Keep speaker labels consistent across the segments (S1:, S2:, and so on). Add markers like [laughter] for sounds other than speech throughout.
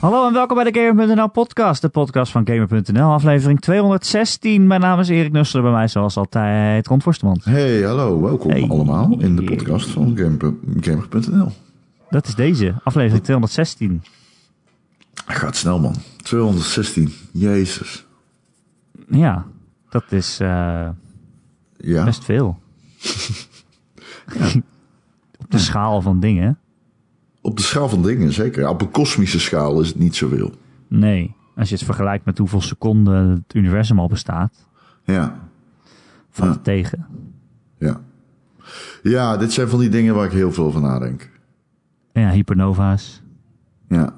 S1: Hallo en welkom bij de Gamer.nl podcast, de podcast van Gamer.nl, aflevering 216. Mijn naam is Erik Nussler, bij mij zoals altijd Ron Forstemans.
S2: Hey, hallo, welkom
S1: Hey.
S2: allemaal in de podcast van Gamer- Gamer.nl.
S1: Dat is deze, aflevering 216.
S2: Hij gaat snel, man. 216, jezus.
S1: Ja, dat is eh,
S2: Ja,
S1: best veel. [laughs] Op de schaal van dingen.
S2: op de schaal van dingen zeker. Op een kosmische schaal is het niet zoveel.
S1: Nee, als je het vergelijkt met hoeveel seconden het universum al bestaat,
S2: Ja,
S1: valt
S2: Ja.
S1: het tegen.
S2: ja. Ja, dit zijn van die dingen waar ik heel veel van nadenk.
S1: Ja, hypernova's.
S2: Ja.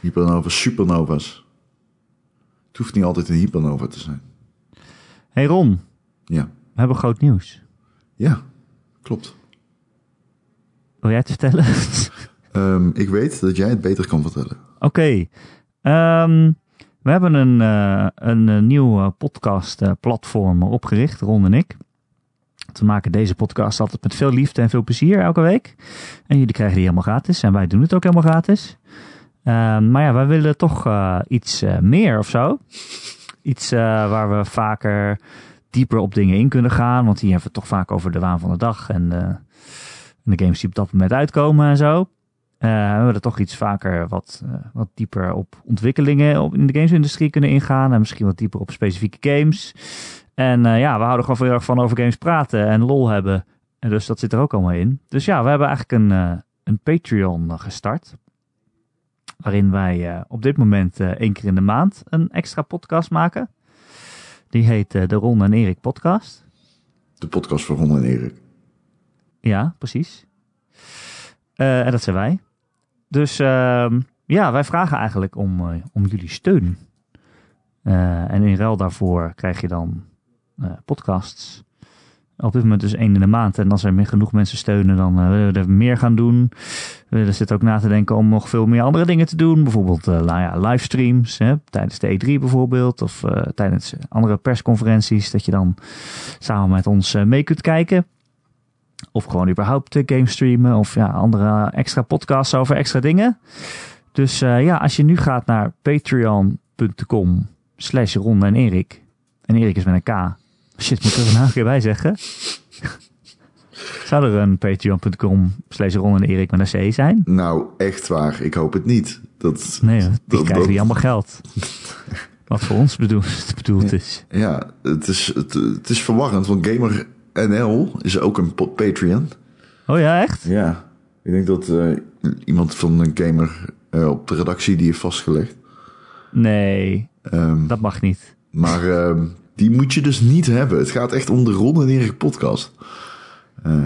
S2: Hypernova's, supernova's. Het hoeft niet altijd een hypernova te zijn.
S1: Hey Ron,
S2: Ja,
S1: we hebben groot nieuws.
S2: ja, klopt.
S1: Wil jij het vertellen?
S2: Ehm, ik weet dat jij het beter kan vertellen.
S1: Oké. Ehm, we hebben een, eh, een eh, nieuw podcastplatform opgericht, Ron en ik. We maken deze podcast altijd met veel liefde en veel plezier elke week. En jullie krijgen die helemaal gratis. En wij doen het ook helemaal gratis. Ehm, maar ja, wij willen toch eh, iets eh, meer of zo. Iets eh, waar we vaker dieper op dingen in kunnen gaan. Want hier hebben we het toch vaak over de waan van de dag. En eh, en de games die op dat moment uitkomen en zo. Eh, we willen toch iets vaker wat, eh, wat dieper op ontwikkelingen op, in de gamesindustrie kunnen ingaan. En misschien wat dieper op specifieke games. En eh, ja, we houden gewoon heel erg van over games praten en lol hebben. En dus dat zit er ook allemaal in. Dus ja, we hebben eigenlijk een, eh, een Patreon gestart. Waarin wij eh, op dit moment eh, één keer in de maand een extra podcast maken. Die heet eh, de Ron en Erik podcast.
S2: De podcast van Ron en Erik.
S1: Ja, precies. Eh, en dat zijn wij. Dus ehm, ja, wij vragen eigenlijk om, eh, om jullie steun. Eh, en in ruil daarvoor krijg je dan eh, podcasts. Op dit moment dus één in de maand. En als er meer genoeg mensen steunen, dan eh, willen we er meer gaan doen. We willen zitten ook na te denken om nog veel meer andere dingen te doen. Bijvoorbeeld eh, nou ja, livestreams hè, tijdens de E3 bijvoorbeeld. Of eh, tijdens andere persconferenties. Dat je dan samen met ons eh, mee kunt kijken. Of gewoon überhaupt eh, game streamen. Of ja, andere extra podcasts over extra dingen. Dus eh, ja, als je nu gaat naar patreon.com slash Ron en Erik. En Erik is met een K. Shit, moet ik er een H bij zeggen? [laughs] Zou er een patreon.com slash Ron en Erik met een C zijn?
S2: Nou, echt waar. Ik hoop het niet. Dat,
S1: Nee, hoor, die
S2: dat-
S1: krijgen die
S2: dat-
S1: allemaal geld. Wat voor ons bedoeld, [laughs] bedoeld is.
S2: Ja, het is, het, het is verwarrend, want Gamer NL is ook een po- Patreon.
S1: Oh ja, echt?
S2: Ja. Ik denk dat eh, iemand van een gamer eh, op de redactie die heeft vastgelegd.
S1: Nee,
S2: Ehm,
S1: dat mag niet.
S2: maar ehm, die moet je dus niet hebben. Het gaat echt om de Ron en Erik podcast.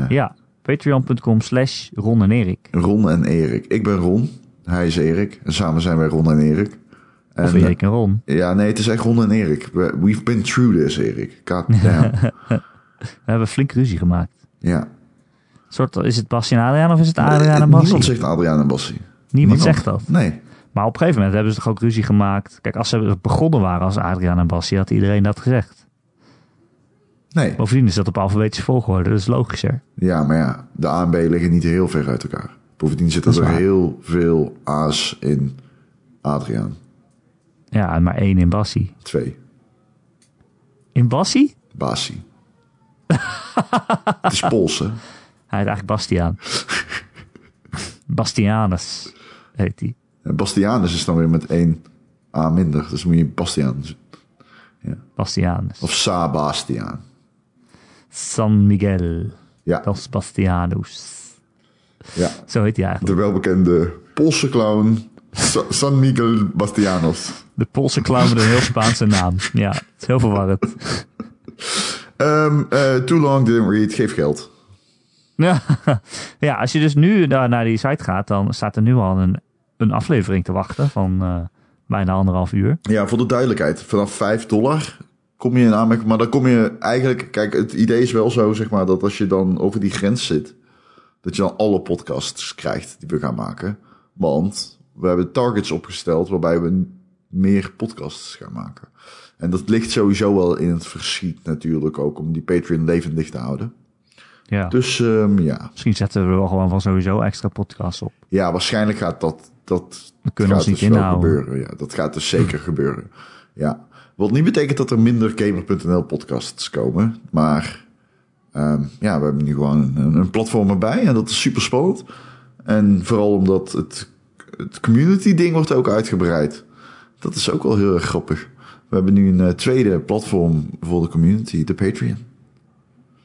S1: Ja, patreon.com slash Ron en Erik.
S2: Ron en Erik. Ik ben Ron, hij is Erik. En samen zijn wij Ron en Erik. En,
S1: Of Erik en Ron.
S2: eh, ja, nee, het is echt Ron en Erik. We- We've been through this, Erik. God damn.
S1: [laughs] We hebben flink ruzie gemaakt.
S2: ja.
S1: soort, is het Bas en Adriaan of is het Adriaan
S2: Eh,
S1: en Bas?
S2: Niemand zegt Adriaan en Bassie.
S1: zegt dat.
S2: Nee.
S1: Maar op een gegeven moment hebben ze toch ook ruzie gemaakt. Kijk, als ze begonnen waren als Adriaan en Bassie, had iedereen dat gezegd.
S2: Nee.
S1: Bovendien is dat op alfabetische volgorde, dat is logischer.
S2: Ja, maar ja, de A en B liggen niet heel ver uit elkaar. Bovendien zitten
S1: Dat is
S2: er
S1: waar.
S2: heel veel A's in Adriaan.
S1: Ja, en maar één in Bassie.
S2: Twee.
S1: In Bassie?
S2: Basie. Het is Pools, hè?
S1: Hij heet eigenlijk [laughs] Bastiaan. Bastianus heet hij.
S2: En Bastianus is dan weer met één A minder. Dus moet je Bastiaan...
S1: Bastianus.
S2: Of Sabastiaan.
S1: San Miguel.
S2: Ja,
S1: Dos Bastianus.
S2: ja.
S1: Zo heet hij eigenlijk.
S2: De welbekende Poolse clown Sa- San Miguel Bastianos.
S1: De Poolse clown met een heel Spaanse naam. Ja, het is heel verwarrend.
S2: Ehm, eh, too long, didn't read. Geef geld.
S1: Ja, [laughs] ja als je dus nu daar naar die site gaat, dan staat er nu al een, een aflevering te wachten van eh, bijna anderhalf uur.
S2: Ja, voor de duidelijkheid. Vanaf 5 dollar kom je in aanmerking. Maar dan kom je eigenlijk... Kijk, het idee is wel zo, zeg maar... dat als je dan over die grens zit... dat je dan alle podcasts krijgt die we gaan maken. Want we hebben targets opgesteld... waarbij we meer podcasts gaan maken. En dat ligt sowieso wel in het verschiet natuurlijk ook... om die Patreon levendig te houden.
S1: Ja.
S2: Dus ehm, ja.
S1: Misschien zetten we er wel gewoon van sowieso extra podcasts op.
S2: ja, waarschijnlijk gaat dat dat
S1: We kunnen
S2: gaat
S1: ons niet
S2: dus wel
S1: inhouden.
S2: gebeuren. Ja, dat gaat dus zeker gebeuren. Ja. Wat niet betekent dat er minder Gamer.nl podcasts komen. Maar ehm, ja, we hebben nu gewoon een, een platform erbij. En dat is super spannend. En vooral omdat het, het community ding wordt ook uitgebreid. Dat is ook wel heel erg grappig. We hebben nu een eh, tweede platform voor de community, de Patreon.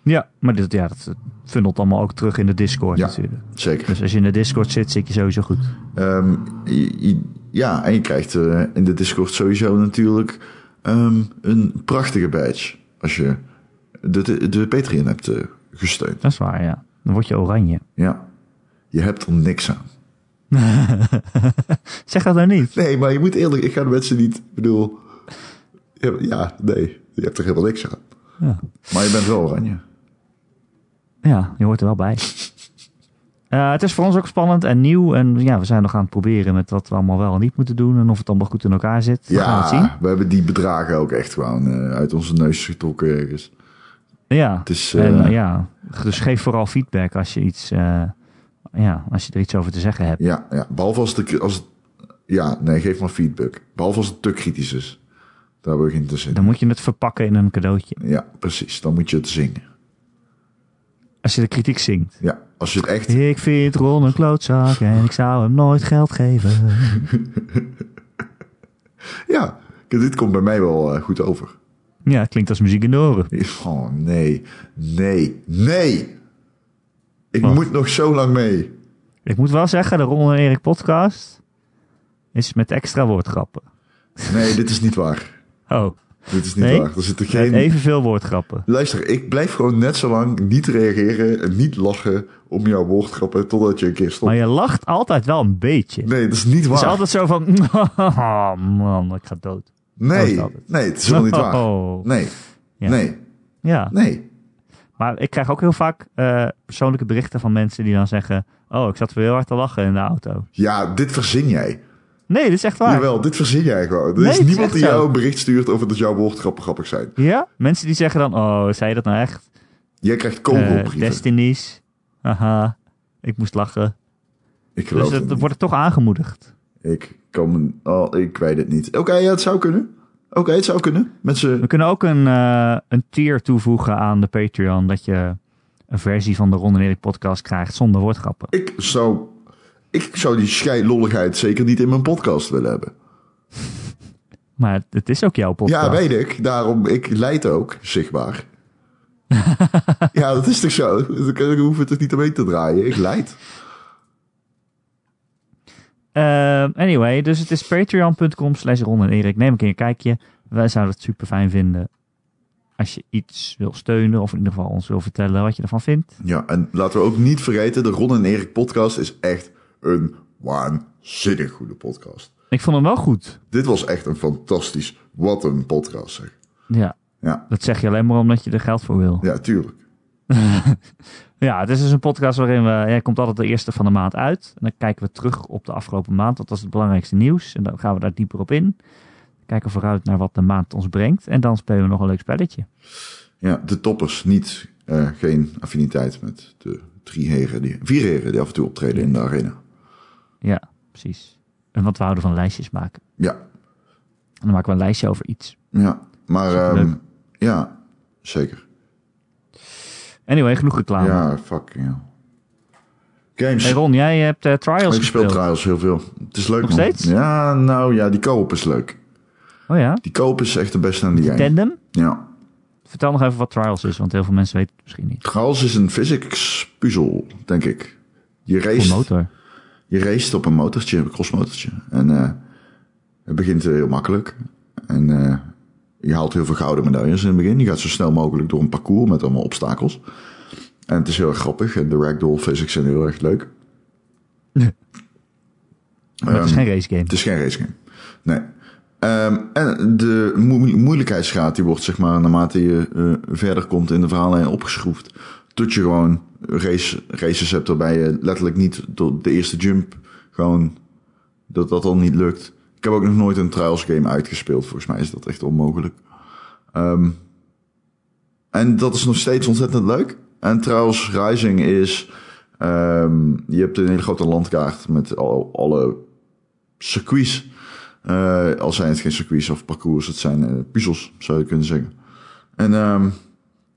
S1: Ja, maar dit, ja, dat funnelt allemaal ook terug in de Discord
S2: Ja.
S1: natuurlijk.
S2: Zeker.
S1: Dus als je in de Discord zit, zit je sowieso goed.
S2: Ehm, je- je- ja, en je krijgt eh, in de Discord sowieso natuurlijk ehm, een prachtige badge. Als je de, de, de Patreon hebt eh, gesteund.
S1: Dat is waar, ja. Dan word je oranje.
S2: Ja, je hebt er niks aan.
S1: Zeg dat nou niet.
S2: Nee, maar je moet eerlijk, ik ga de mensen niet, ik bedoel, ja, ja, nee, je hebt er helemaal niks aan.
S1: Ja.
S2: Maar je bent wel oranje.
S1: Ja, je hoort er wel bij. [laughs] Eh, het is voor ons ook spannend en nieuw. En ja, we zijn nog aan het proberen met wat we allemaal wel en niet moeten doen. En of het allemaal goed in elkaar zit. We gaan het zien.
S2: Ja, we hebben die bedragen ook echt gewoon eh, uit onze neus getrokken ergens.
S1: Ja.
S2: Het is,
S1: en,
S2: eh,
S1: eh, ja. Dus geef vooral feedback als je, iets, eh, ja, als je er iets over te zeggen hebt.
S2: Ja, ja. behalve als het, als het... Ja, nee, geef maar feedback. Behalve als het te kritisch is. Daar hebben we geen te zin
S1: Dan moet je het verpakken in een cadeautje.
S2: in. Ja, precies. Dan moet je het zingen.
S1: Als je de kritiek zingt.
S2: Ja, als je het echt...
S1: Ik vind Ron een klootzak en ik zou hem nooit geld geven.
S2: Ja, kijk, dit komt bij mij wel eh, goed over.
S1: Ja, klinkt als muziek in de oren.
S2: Oh, nee. Nee. Nee! Ik
S1: Wat?
S2: moet nog zo lang mee.
S1: Ik moet wel zeggen, de Ron en Erik podcast is met extra woordgrappen.
S2: Nee, dit is niet waar.
S1: Oh,
S2: Dit is niet
S1: Nee?
S2: waar. Er zitten
S1: met
S2: geen...
S1: evenveel woordgrappen.
S2: Luister, ik blijf gewoon net zo lang niet reageren en niet lachen om jouw woordgrappen totdat je een keer stopt.
S1: Maar je lacht altijd wel een beetje. Het
S2: Nee, dat is niet
S1: is
S2: waar.
S1: altijd zo van, [laughs] oh man, ik ga dood. Oh, is
S2: Nee,
S1: dat het?
S2: nee, het is
S1: [laughs]
S2: helemaal niet waar.
S1: Oh.
S2: Nee,
S1: Ja.
S2: nee,
S1: Ja,
S2: nee.
S1: maar ik krijg ook heel vaak eh, persoonlijke berichten van mensen die dan zeggen... Oh, ik zat weer heel hard te lachen in de auto.
S2: Ja, dit verzin jij.
S1: Nee, dit is echt waar.
S2: Jawel, dit verzin jij gewoon. Er
S1: Nee,
S2: is
S1: het is
S2: niemand
S1: echt
S2: die
S1: zo.
S2: jou een bericht stuurt over dat jouw woordgrappen grappig zijn.
S1: Ja? Mensen die zeggen dan, oh, zei je dat nou echt?
S2: Jij krijgt
S1: Eh
S2: kogelbrieven.
S1: Destinies. Haha, ik moest lachen.
S2: ik geloof
S1: Dus
S2: het
S1: dat
S2: niet.
S1: wordt er toch aangemoedigd.
S2: Ik kan... Oh, ik weet het niet. Oké, ja, het zou kunnen. Oké, het zou kunnen. Mensen...
S1: We kunnen ook een, eh, een tier toevoegen aan de Patreon. Dat je een versie van de Ron en Erik podcast krijgt zonder woordgrappen.
S2: Ik zou... Ik zou die scheidlolligheid zeker niet in mijn podcast willen hebben.
S1: Maar het, het is ook jouw podcast.
S2: Ja, weet ik. Daarom, ik leid ook, zichtbaar. [laughs] ja, dat is toch zo? Ik ik hoef het toch niet omheen te draaien? Ik leid.
S1: Ehm, anyway, dus het is patreon.com slash Ron en Erik. Neem een keer een kijkje. Wij zouden het super fijn vinden als je iets wil steunen. Of in ieder geval ons wil vertellen wat je ervan vindt.
S2: Ja, en laten we ook niet vergeten, de Ron en Erik podcast is echt een waanzinnig goede podcast.
S1: Ik vond hem wel goed.
S2: Dit was echt een fantastisch, wat een podcast zeg.
S1: Ja,
S2: Ja,
S1: dat zeg je alleen maar omdat je er geld voor wil.
S2: ja tuurlijk.
S1: Ja, het is dus een podcast waarin we. Ja, komt altijd de eerste van de maand uit. En dan kijken we terug op de afgelopen maand. Wat was het belangrijkste nieuws? En dan gaan we daar dieper op in. Kijken vooruit naar wat de maand ons brengt. En dan spelen we nog een leuk spelletje.
S2: Ja, de toppers, niet, eh, geen affiniteit met de drie heren, die, vier heren die af en toe optreden in de arena.
S1: Ja, precies. En want we houden van lijstjes maken.
S2: Ja,
S1: En dan maken we een lijstje over iets.
S2: ja, maar
S1: Superleuk.
S2: ehm, ja, zeker.
S1: Anyway, genoeg reclame.
S2: Ja, fucking hell.
S1: Ah.
S2: Games.
S1: Hey Ron, jij hebt eh, Trials
S2: ik speel
S1: gespeeld.
S2: trials heel veel. Het is leuk
S1: Nog
S2: man.
S1: steeds?
S2: Ja, nou ja, die koop is leuk.
S1: oh ja?
S2: Die koop is echt de beste aan die game.
S1: Tandem?
S2: Ja.
S1: Vertel nog even wat Trials is, want heel veel mensen weten het misschien niet.
S2: Trouwens is een physics puzzel, denk ik. Je
S1: Voor
S2: race,
S1: motor.
S2: je race op een motortje, een crossmotortje. En eh, het begint eh, heel makkelijk. En eh, je haalt heel veel gouden medailles in het begin. Je gaat zo snel mogelijk door een parcours met allemaal obstakels. En het is heel erg grappig. En de ragdoll physics zijn heel erg leuk.
S1: Maar het is
S2: Ehm,
S1: geen race game.
S2: Het is geen race game. Nee. Ehm, en de moe- moeilijkheidsgraad die wordt zeg maar naarmate je eh, verder komt in de verhaallijn opgeschroefd. Tot je gewoon race, races hebt waarbij je letterlijk niet tot de eerste jump gewoon dat dat al niet lukt. Ik heb ook nog nooit een trials game uitgespeeld. Volgens mij is dat echt onmogelijk. Ehm, en dat is nog steeds ontzettend leuk. En Trials Rising is ehm, je hebt een hele grote landkaart met al, alle circuits. Eh, al zijn het geen circuits of parcours, het zijn eh, puzzels, zou je kunnen zeggen. En ehm,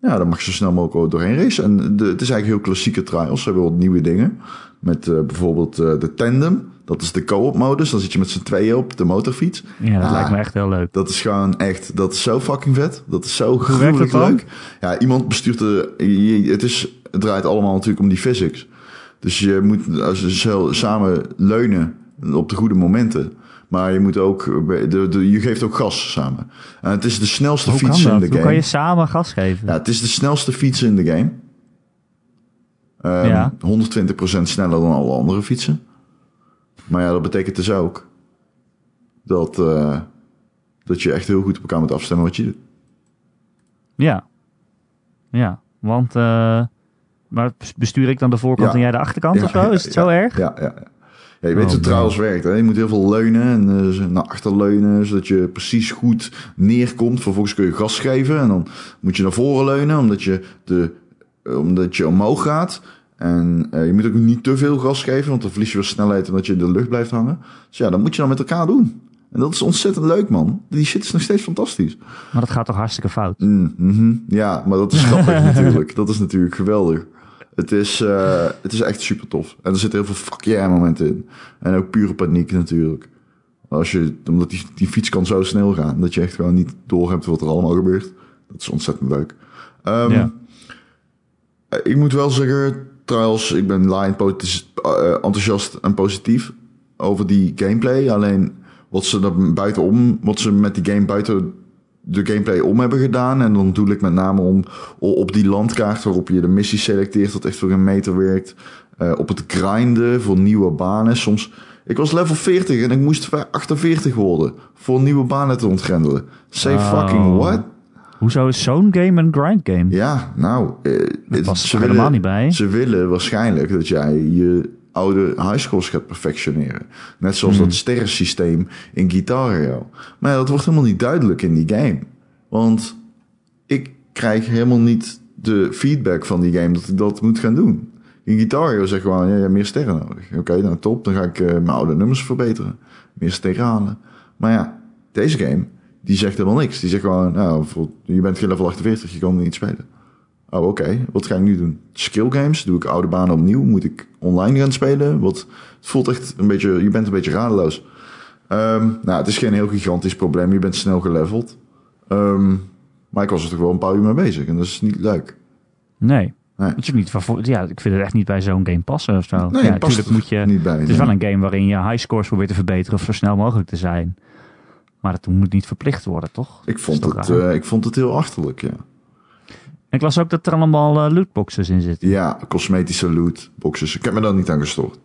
S2: ja, daar mag je zo snel mogelijk doorheen racen. En de, het is eigenlijk heel klassieke trials. Ze hebben wat nieuwe dingen. Met eh, bijvoorbeeld eh, de tandem. Dat is de co-op modus. Dan zit je met z'n tweeën op de motorfiets.
S1: Ja, dat
S2: Ah.
S1: lijkt me echt heel leuk.
S2: Dat is gewoon echt, dat is zo fucking vet. Dat is zo
S1: werkt
S2: gruwelijk
S1: dat dan?
S2: leuk. Ja, iemand bestuurt de, je- het is, het draait allemaal natuurlijk om die physics. Dus je moet als je zo samen leunen op de goede momenten. Maar je moet ook, eh, de, de, je geeft ook gas samen. En het is de snelste
S1: Hoe kan
S2: fiets in
S1: dat?
S2: de
S1: Hoe
S2: game.
S1: kan je samen gas geven?
S2: Ja, het is de snelste fiets in de game. Ehm,
S1: Ja.
S2: 120% sneller dan alle andere fietsen. Maar ja, dat betekent dus ook dat, eh, dat je echt heel goed op elkaar moet afstemmen wat je doet.
S1: Ja. Ja, want... eh, maar bestuur ik dan de voorkant
S2: Ja.
S1: en jij de achterkant
S2: Ja,
S1: of zo? Is het zo
S2: ja,
S1: erg?
S2: Ja, ja. ja. Ja, je weet
S1: Oh,
S2: hoe
S1: man.
S2: trouwens werkt. Hè? Je moet heel veel leunen en eh, ze naar achter leunen, zodat je precies goed neerkomt. Vervolgens kun je gas geven en dan moet je naar voren leunen, omdat je, de, eh, omdat je omhoog gaat. En eh, je moet ook niet te veel gas geven, want dan verlies je weer snelheid omdat je in de lucht blijft hangen. Dus ja, dat moet je dan met elkaar doen. En dat is ontzettend leuk, man. Die shit is nog steeds fantastisch.
S1: Maar dat gaat toch hartstikke fout?
S2: Mm, mhm. Ja, maar dat is grappig natuurlijk. Dat is natuurlijk geweldig. Het is, eh, het is echt super tof. En er zitten heel veel fuck yeah momenten in. En ook pure paniek natuurlijk. Als je, omdat die, die fiets kan zo snel gaan. Dat je echt gewoon niet doorhebt wat er allemaal gebeurt. Dat is ontzettend leuk. Ehm,
S1: ja.
S2: eh, Ik moet wel zeggen, Trials, ik ben line potis- eh, enthousiast en positief over die gameplay. Alleen wat ze, er buitenom, wat ze met die game buiten de gameplay om hebben gedaan. En dan doe ik met name om, o- op die landkaart waarop je de missie selecteert, dat echt voor een meter werkt. Eh, op het grinden voor nieuwe banen. Soms, ik was level 40 en ik moest 48 worden voor nieuwe banen te ontgrendelen. Say
S1: Oh.
S2: fucking what?
S1: Hoezo is zo'n game een grind game?
S2: Ja, nou. eh, het-
S1: past
S2: ze
S1: Mm. er
S2: willen-
S1: helemaal niet bij.
S2: Ze willen waarschijnlijk dat jij je oude high schools gaat perfectioneren. Net zoals
S1: Mm.
S2: dat sterrensysteem in Guitar Hero. Maar ja, dat wordt helemaal niet duidelijk in die game. Want ik krijg helemaal niet de feedback van die game dat ik dat moet gaan doen. In Guitar Hero zeg gewoon, ja, je hebt meer sterren nodig. Oké, nou top, dan ga ik eh, mijn oude nummers verbeteren. Meer sterren halen. Maar ja, deze game, die zegt helemaal niks. Die zegt gewoon, nou, voor- je bent geen level 48, je kan er niet spelen. Oh, oké. Wat ga ik nu doen? Skill games? Doe ik oude banen opnieuw? Moet ik online gaan spelen? Wat, het voelt echt een beetje... Je bent een beetje radeloos. Ehm, nou, het is geen heel gigantisch probleem. Je bent snel geleveld. Ehm, maar ik was er toch wel een paar uur mee bezig. En dat is niet leuk.
S1: Nee.
S2: Nee.
S1: Het is ook niet van voor- ja, ik vind het echt niet bij zo'n game passen of zo.
S2: Nee,
S1: ja,
S2: het past
S1: natuurlijk moet je.
S2: er niet bij.
S1: het is wel een game waarin je high scores probeert te verbeteren of zo snel mogelijk te zijn. Maar dat moet niet verplicht worden, toch?
S2: ik, vond
S1: Is toch
S2: het,
S1: raar?
S2: eh, ik vond het heel achterlijk, ja.
S1: En ik las ook dat er allemaal eh, lootboxes in zitten.
S2: Ja, cosmetische loot, boxes. Ik heb me daar niet aan gestoord.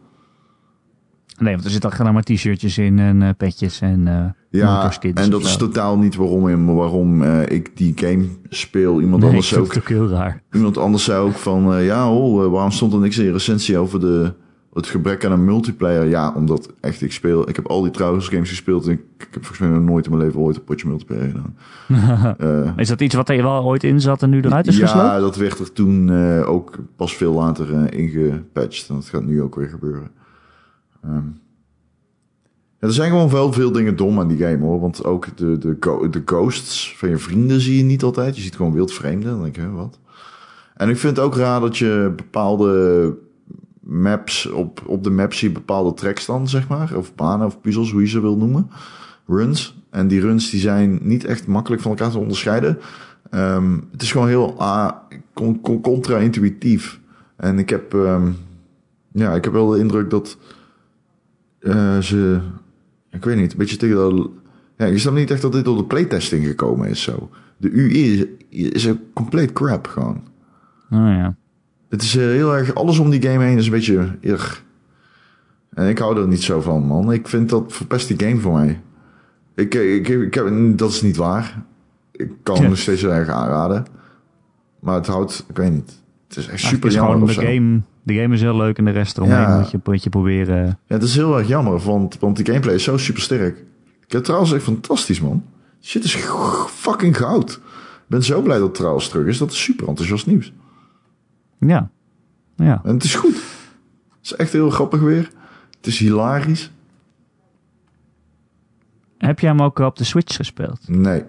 S1: Nee, want er zitten alleen maar t-shirtjes in en eh, petjes en eh
S2: Ja,
S1: motorskins
S2: en
S1: of
S2: dat is
S1: zo.
S2: totaal niet waarom, waarom eh, ik die game speel. Iemand
S1: Nee, ik
S2: anders
S1: vind
S2: ook
S1: het ook heel raar.
S2: Iemand anders zei ook van, eh, ja oh, eh, waarom stond er niks in je recensie over de, het gebrek aan een multiplayer? Ja, omdat echt, ik speel, ik heb al die trouwens games gespeeld en ik, ik heb volgens mij nog nooit in mijn leven ooit een potje multiplayer gedaan. Eh,
S1: Is dat iets wat er wel ooit in zat en nu eruit is
S2: ja,
S1: gesloopt?
S2: dat werd er toen eh, ook pas veel later eh, ingepatcht en dat gaat nu ook weer gebeuren. Ehm, ja, er zijn gewoon wel veel dingen dom aan die game hoor, want ook de, de, go- de ghosts van je vrienden zie je niet altijd. Je ziet gewoon wildvreemden en dan denk je, hè, wat? En ik vind het ook raar dat je bepaalde maps, op, op de map zie je bepaalde tracks dan, zeg maar. Of banen of puzzels, hoe je ze wil noemen. Runs. En die runs die zijn niet echt makkelijk van elkaar te onderscheiden. Ehm, het is gewoon heel ah, con- con- contra-intuïtief. En ik heb, ehm, ja, ik heb wel de indruk dat eh, ze, ik weet niet, een beetje tegen de... Ja, ik snap niet echt dat dit door de playtesting gekomen is zo. De UI is, is een compleet crap gewoon.
S1: Oh, ja.
S2: Het is eh, heel erg, alles om die game heen is een beetje irg. En ik hou er niet zo van, man. Ik vind dat verpest die game voor mij. Ik, eh, ik, ik heb, dat is niet waar. Ik kan hem
S1: Ja.
S2: nog steeds heel erg aanraden. Maar het houdt, ik weet niet. Het is echt
S1: Eigenlijk
S2: super
S1: is
S2: jammer
S1: gewoon
S2: of
S1: de
S2: zo.
S1: game. De game is heel leuk en de rest eromheen
S2: Ja.
S1: moet, je, moet je proberen. eh,
S2: Ja, het is heel erg jammer, want, want die gameplay is zo super sterk. Ik heb trouwens echt fantastisch, man. Shit is g- fucking goud. Ik ben zo blij dat trouwens terug is. Dat is super enthousiast nieuws.
S1: Ja. Ja.
S2: En het is goed. Het is echt heel grappig weer. Het is hilarisch.
S1: Heb jij hem ook op de Switch gespeeld?
S2: Nee.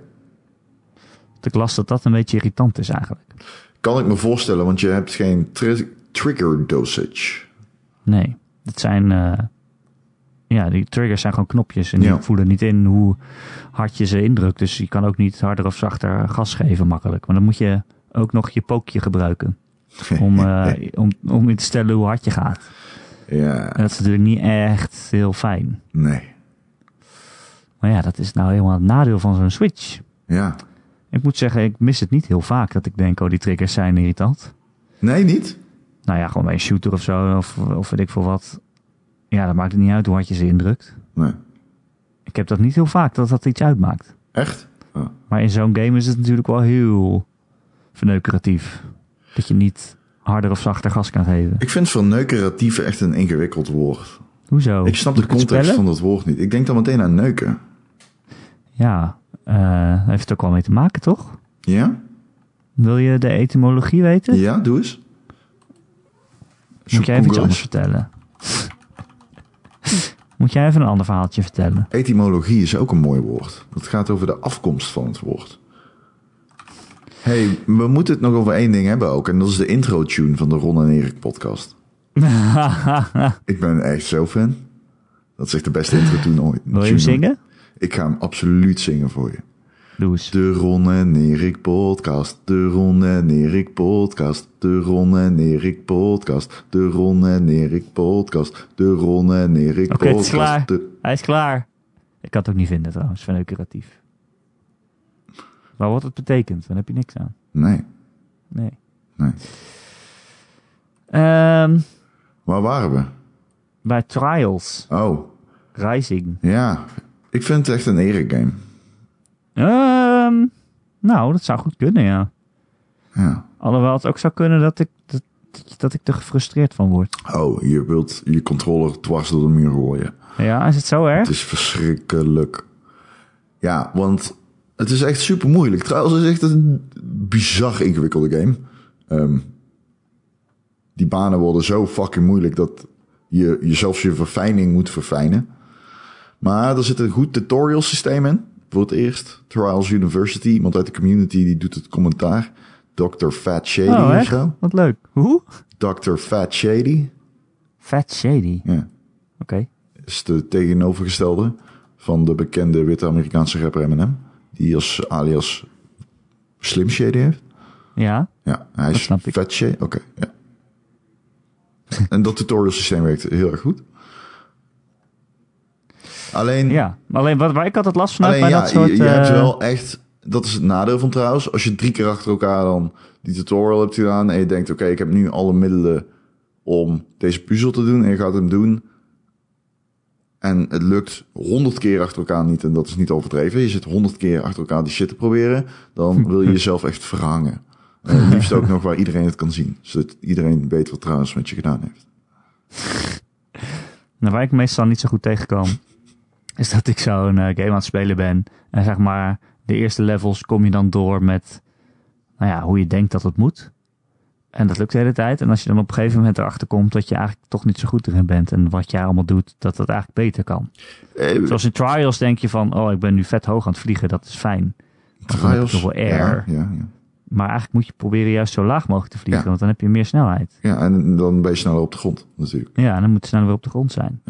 S1: Want ik las dat dat een beetje irritant is eigenlijk.
S2: Kan ik me voorstellen, want je hebt geen tri- trigger dosage.
S1: Nee, dat zijn... eh, ja, die triggers zijn gewoon knopjes en die
S2: Ja.
S1: voelen niet in hoe hard je ze indrukt. Dus je kan ook niet harder of zachter gas geven makkelijk. Maar dan moet je ook nog je pookje gebruiken om, eh, om, om in te stellen hoe hard je gaat.
S2: [laughs] Ja,
S1: En dat is natuurlijk niet echt heel fijn.
S2: nee.
S1: Maar ja, dat is nou helemaal het nadeel van zo'n Switch.
S2: Ja.
S1: Ik moet zeggen, ik mis het niet heel vaak dat ik denk, oh die triggers zijn irritant.
S2: Nee, niet?
S1: Nou ja, gewoon bij een shooter of zo, of, of weet ik veel wat. Ja, dat maakt het niet uit hoe hard je ze indrukt.
S2: Nee.
S1: Ik heb dat niet heel vaak, dat dat iets uitmaakt.
S2: Echt? Oh.
S1: Maar in zo'n game is het natuurlijk wel heel verneukeratief. Dat je niet harder of zachter gas kan geven.
S2: Ik vind verneukeratief echt een ingewikkeld woord.
S1: Hoezo?
S2: ik snap
S1: Oh, Moet
S2: de
S1: het
S2: context
S1: spellen?
S2: van dat woord niet. Ik denk dan meteen aan neuken.
S1: Ja, eh heeft het ook wel mee te maken, toch?
S2: Ja?
S1: Wil je de etymologie weten?
S2: Ja, doe eens. Zoek
S1: Moet jij even iets
S2: Google
S1: anders
S2: eens.
S1: vertellen? [laughs] Moet jij even een ander verhaaltje vertellen?
S2: Etymologie is ook een mooi woord. Dat gaat over de afkomst van het woord. hey, we moeten het nog over één ding hebben ook. En dat is de intro tune van de Ron en Erik
S1: [laughs]
S2: podcast. Ik ben echt zo fan. Dat is echt de beste intro tune ooit.
S1: Wil je
S2: tune
S1: hem
S2: ooit.
S1: zingen?
S2: Ik ga hem absoluut zingen voor je.
S1: Doe eens.
S2: De Ron en Erik podcast. De Ron en Erik podcast. De Ron en Erik podcast. De Ron en Erik podcast. De Ron en Erik
S1: Oké, het is
S2: podcast.
S1: klaar.
S2: De-
S1: Hij is klaar. Ik kan het ook niet vinden trouwens, verneukeratief. Maar wat het betekent, dan heb je niks aan.
S2: Nee,
S1: Nee.
S2: nee.
S1: Ehm,
S2: Waar waren we?
S1: bij Trials
S2: Oh,
S1: Rising.
S2: ja. Ik vind het echt een Erik game.
S1: Ehm, nou, dat zou goed kunnen, ja.
S2: Ja.
S1: Alhoewel het ook zou kunnen dat ik, dat, dat ik er gefrustreerd van word.
S2: Oh, je wilt je controller dwars door de muur gooien.
S1: Ja, is het zo erg?
S2: Het is verschrikkelijk. Ja, want het is echt super moeilijk. Trouwens, het is echt een bizar ingewikkelde game. Ehm, die banen worden zo fucking moeilijk dat je, je zelfs je verfijning moet verfijnen. Maar er zit een goed tutorial systeem in. Voor het eerst Trials University. Iemand uit de community die doet het commentaar. Dr. Fat Shady
S1: Oh,
S2: of
S1: echt?
S2: zo.
S1: Wat leuk. Hoe?
S2: Dr. Fat Shady.
S1: Fat Shady.
S2: Ja.
S1: Oké.
S2: is de tegenovergestelde van de bekende witte Amerikaanse rapper Eminem. Die als alias Slim Shady heeft.
S1: Ja.
S2: Ja, hij is
S1: snap ik.
S2: Fat Shady. Oké, ja. en dat tutorial systeem werkt heel erg goed. Alleen,
S1: Ja. Maar Alleen wat, waar ik altijd last van heb
S2: alleen
S1: bij
S2: ja,
S1: dat soort...
S2: je, je hebt
S1: eh,
S2: wel echt... Dat is het nadeel van trouwens. Als je drie keer achter elkaar dan die tutorial hebt gedaan... en je denkt, oké, ik heb nu alle middelen om deze puzzel te doen... en je gaat hem doen... En het lukt honderd keer achter elkaar niet. En dat is niet overdreven. Je zit honderd keer achter elkaar die shit te proberen.
S1: [laughs]
S2: Dan wil je jezelf echt verhangen. En het liefst ook nog waar iedereen het kan zien. Zodat iedereen weet wat trouwens met je gedaan heeft.
S1: Nou, waar ik meestal niet zo goed tegenkom, [laughs] is dat ik zo'n eh, game aan het spelen ben. En zeg maar, de eerste levels kom je dan door met, nou ja, hoe je denkt dat het moet. En dat lukt de hele tijd. En als je dan op een gegeven moment erachter komt dat je eigenlijk toch niet zo goed erin bent. En wat je allemaal doet, dat dat eigenlijk beter kan.
S2: Eh,
S1: Zoals in Trials denk je van, oh, ik ben nu vet hoog aan het vliegen, dat is fijn. Want dan heb ik nog wel air.
S2: Ja, ja, ja.
S1: Maar eigenlijk moet je proberen juist zo laag mogelijk te vliegen,
S2: Ja.
S1: want dan heb je meer snelheid.
S2: ja, en dan ben je sneller op de grond natuurlijk.
S1: Ja, en dan moet het sneller weer op de grond zijn.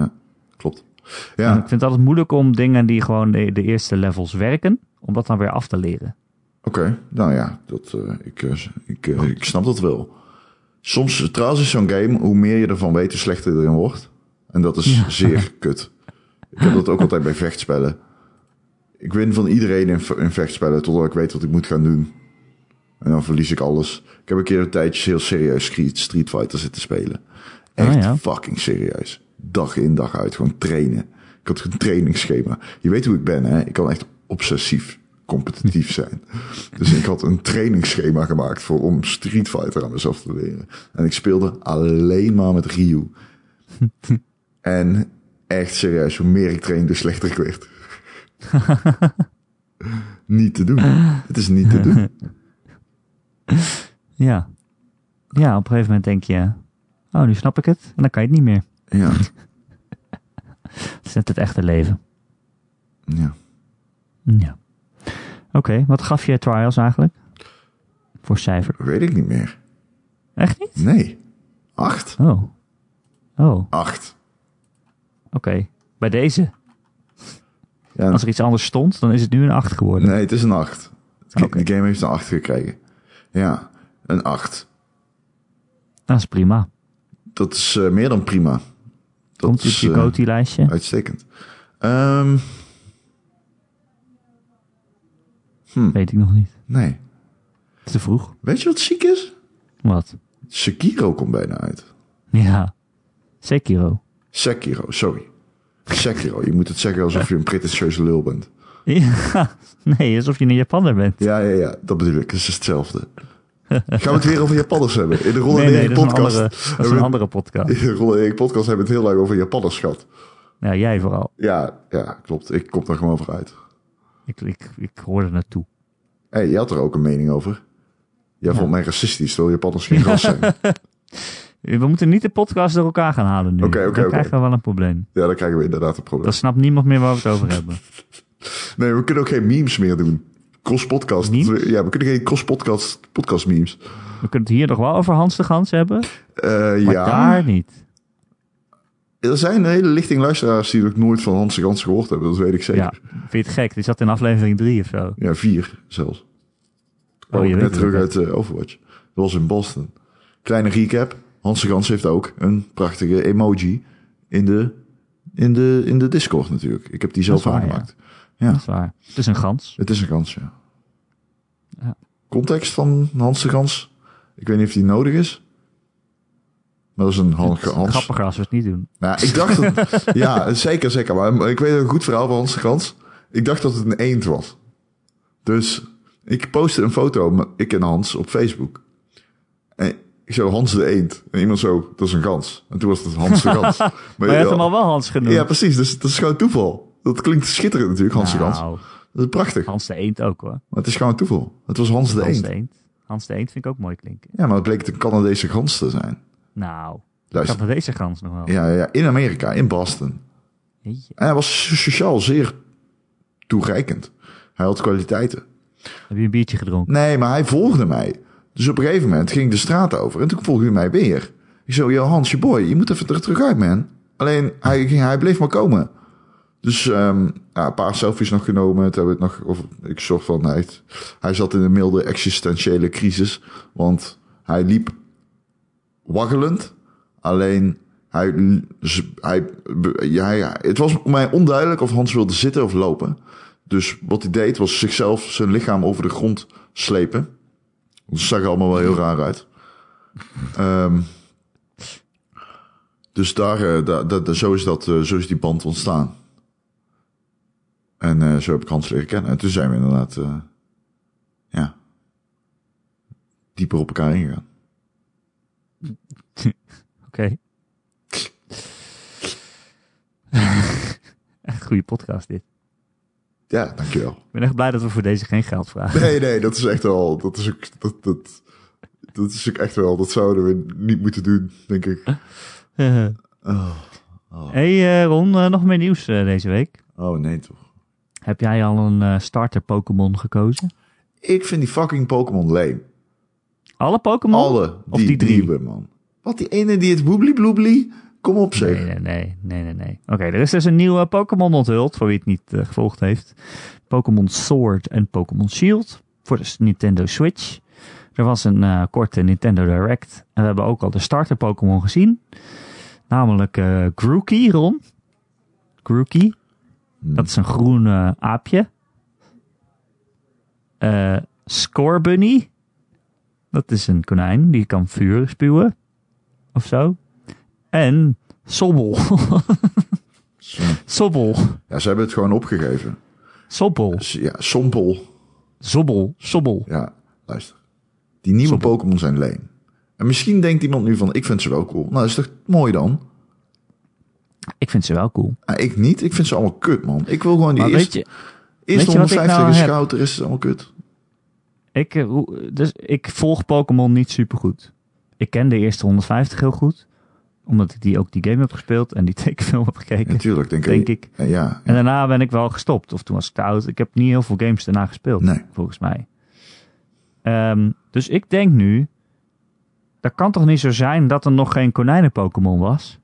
S2: Klopt.
S1: En
S2: Ja,
S1: ik vind het altijd moeilijk om dingen die gewoon de, de eerste levels werken, om dat dan weer af te leren.
S2: Oké, nou ja, dat, eh, ik, eh, ik, eh, ik snap dat wel. Soms, eh, trouwens is zo'n game, hoe meer je ervan weet, hoe slechter je erin wordt. En dat is zeer kut. Ik heb dat ook altijd bij vechtspellen. Ik win van iedereen in, v- in vechtspellen, totdat ik weet wat ik moet gaan doen. En dan verlies ik alles. Ik heb een keer een tijdje heel serieus Street, Street Fighter zitten spelen. Echt
S1: Ah, ja.
S2: fucking serieus. Dag in dag uit, gewoon trainen. Ik had een trainingsschema. Je weet hoe ik ben, hè? Ik kan echt obsessief competitief zijn. Dus ik had een trainingsschema gemaakt voor, om Street Fighter aan mezelf te leren. En ik speelde alleen maar met Ryu. en echt serieus, hoe meer ik trainde, hoe slechter ik werd. niet te doen.
S1: Ah.
S2: Het is niet te
S1: [laughs]
S2: doen.
S1: Ja. Ja, op een gegeven moment denk je, oh, nu snap ik het. En dan kan je het niet meer.
S2: Ja,
S1: Het is net het echte leven.
S2: ja. Mm.
S1: Ja. Oké, wat gaf je Trials eigenlijk? Voor cijfer.
S2: Weet ik niet meer.
S1: Echt niet?
S2: Nee. Acht?
S1: Oh. Oh, oké.
S2: Acht.
S1: Bij deze.
S2: Ja,
S1: Als er iets anders stond, dan is het nu een 8 geworden.
S2: Nee, het is een 8. De
S1: Oké.
S2: game heeft een 8 gekregen. Ja, een 8.
S1: Dat is prima.
S2: Dat is eh, meer dan prima. Dat
S1: Komt op
S2: is
S1: je
S2: eh,
S1: Goti-lijstje.
S2: uitstekend. Ehm, mm.
S1: Weet ik nog niet.
S2: nee.
S1: Te vroeg.
S2: Weet je wat ziek is?
S1: Wat?
S2: Sekiro komt bijna uit.
S1: Ja. Sekiro.
S2: Sekiro, sorry. Sekiro, je moet het zeggen alsof je een pretentieuze lul bent.
S1: [laughs] Ja. Nee, alsof je een Japanner bent.
S2: Ja, ja, ja, dat bedoel ik. Het is dus hetzelfde. Gaan we het weer over Japanners hebben? In de Ronde
S1: Nee,
S2: en
S1: nee,
S2: Erik
S1: dat is een
S2: podcast.
S1: andere, dat
S2: [laughs]
S1: is een andere podcast.
S2: In de Ron en Erik podcast hebben we het heel lang over Japanners gehad.
S1: Ja, jij vooral.
S2: Ja, ja, klopt. Ik kom daar gewoon voor uit.
S1: Ik, ik, ik hoor er naartoe.
S2: Hé, hey, je had er ook een mening over. Jij vond mij racistisch, terwijl Japanners geen ras
S1: [laughs]
S2: zijn.
S1: We moeten niet de podcast door elkaar gaan halen nu.
S2: Oké, oké,
S1: Dan
S2: oké.
S1: krijgen we wel een probleem.
S2: Ja, dan krijgen we inderdaad een probleem.
S1: Dan snapt niemand meer waar we het over hebben.
S2: Nee, we kunnen ook geen memes meer doen. Cross-podcast.
S1: Memes?
S2: Ja, we kunnen geen cross-podcast podcast memes.
S1: We kunnen het hier nog wel over Hans de Gans hebben,
S2: Eh,
S1: maar
S2: ja,
S1: daar niet.
S2: er zijn een hele lichting luisteraars die nog nooit van Hans de Gans gehoord hebben. Dat weet ik zeker.
S1: Ja, vind je het gek? Die zat in aflevering 3 of zo.
S2: Ja, vier zelfs. Oh,
S1: je
S2: je
S1: weet
S2: net
S1: het
S2: terug
S1: ook.
S2: uit eh, Overwatch. Dat was in Boston. Kleine recap. Hans de Gans heeft ook een prachtige emoji in de, in de, in de Discord natuurlijk. Ik heb die zelf
S1: Dat is waar,
S2: aangemaakt.
S1: Dat is waar. Het is een gans.
S2: Het is een kans, ja.
S1: Ja.
S2: Context van Hans de Gans. Ik weet niet of die nodig is. Maar dat is een Han- Hans.
S1: Grappiger als we het niet doen.
S2: Nou, ik dacht dat,
S1: [laughs]
S2: ja, zeker, zeker. Maar ik weet een goed verhaal van Hans de Gans. Ik dacht dat het een eend was. Dus ik postte een foto, met ik en Hans, op Facebook. En ik zo, Hans de eend. En iemand zo, dat is een gans. En toen was het Hans de
S1: [laughs]
S2: Gans.
S1: Maar je hebt hem al wel Hans genoemd.
S2: Ja, precies. Dus dat is gewoon toeval. Dat klinkt schitterend natuurlijk, Hans de Gans.
S1: Nou,
S2: Dat is prachtig.
S1: Hans de Eend ook hoor.
S2: Maar het is gewoon toeval. Het was Hans de
S1: Hans
S2: Eend.
S1: de Eend. Hans de Eend vind ik ook mooi klinken.
S2: Ja, maar het bleek een Canadese gans te zijn.
S1: Nou, ik had
S2: Luister.
S1: van deze gans nog wel.
S2: Ja, ja, ja, in Amerika, in Boston.
S1: Jeetje.
S2: En hij was so- sociaal zeer toereikend. Hij had kwaliteiten.
S1: Heb je een biertje gedronken?
S2: Nee, maar hij volgde mij. Dus op een gegeven moment ging ik de straat over. En toen volgde hij mij weer. Ik zei, yo Hans, je boy, je moet even er terug uit, man. Alleen, hij, ging, hij bleef maar komen. Dus ehm, ja, een paar selfies nog genomen. Toen hebben we het nog... Of, ik zorg van... Hij, hij zat in een milde existentiële crisis. Want hij liep waggelend. Alleen... Hij, z- hij, be- ja, ja, het was mij onduidelijk of Hans wilde zitten of lopen. Dus wat hij deed was zichzelf, zijn lichaam over de grond slepen. Dat zag er allemaal wel heel raar uit. Ehm, dus daar, eh, daar, daar- daar- zo, is dat, eh, zo is die band ontstaan. En eh, zo heb ik Hans leren kennen. En toen zijn we inderdaad eh, ja, dieper op elkaar ingegaan.
S1: Oké. [laughs] echt goede podcast dit.
S2: Ja, dankjewel.
S1: Ik ben echt blij dat we voor deze geen geld
S2: [laughs]
S1: vragen.
S2: Nee, nee, dat is echt wel. Dat is ook, dat, dat, dat is ook echt wel. Dat zouden we niet moeten doen, denk ik.
S1: hey eh, Ron, eh, nog meer nieuws eh, deze week.
S2: Oh nee, toch.
S1: Heb jij al een eh, starter Pokémon gekozen?
S2: Ik vind die fucking Pokémon lame.
S1: Alle Pokémon?
S2: Alle.
S1: Of die drie?
S2: nieuwe, man. Wat die ene die het woebly bloebly. Kom op zeg.
S1: Nee, nee, nee, nee, nee. nee. Oké, er is dus een nieuwe Pokémon onthuld, voor wie het niet eh, gevolgd heeft. Pokémon Sword en Pokémon Shield voor de s- Nintendo Switch. Er was een eh, korte Nintendo Direct en we hebben ook al de starter Pokémon gezien. Namelijk eh Grookey, Ron. Grookey. Dat is een groen eh, aapje. Eh Scorbunny. Dat is een konijn, die kan vuur spuwen. Of zo. En Sobbel. Sobbel.
S2: Ja, ze hebben het gewoon opgegeven.
S1: Sobbel.
S2: Dus ja, sompel.
S1: Sobbel. Sobbel.
S2: Ja, luister. Die nieuwe Pokémon zijn lame. En misschien denkt iemand nu van, ik vind ze wel cool. Nou, dat is toch mooi dan?
S1: Ik vind ze wel cool.
S2: Ah, ik niet. Ik vind ze allemaal kut, man. Ik wil gewoon die
S1: Maar weet
S2: eerste,
S1: je,
S2: eerste
S1: weet je wat ik
S2: 150
S1: nou
S2: is
S1: heb?
S2: goud, de rest is allemaal
S1: [laughs]
S2: kut.
S1: ik, eh, hoe- dus ik volg Pokémon niet supergoed. Ik ken de eerste 150 heel goed. Omdat ik die ook die game heb gespeeld en die [laughs] tekenfilm heb gekeken.
S2: Natuurlijk, denk,
S1: denk ik.
S2: Ja, ja.
S1: En daarna ben ik wel gestopt. Of toen was ik te oud. Ik heb niet heel veel games daarna gespeeld,
S2: Nee.
S1: volgens mij. Ehm, dus ik denk nu... Dat kan toch niet zo zijn dat er nog geen konijnen-Pokémon was?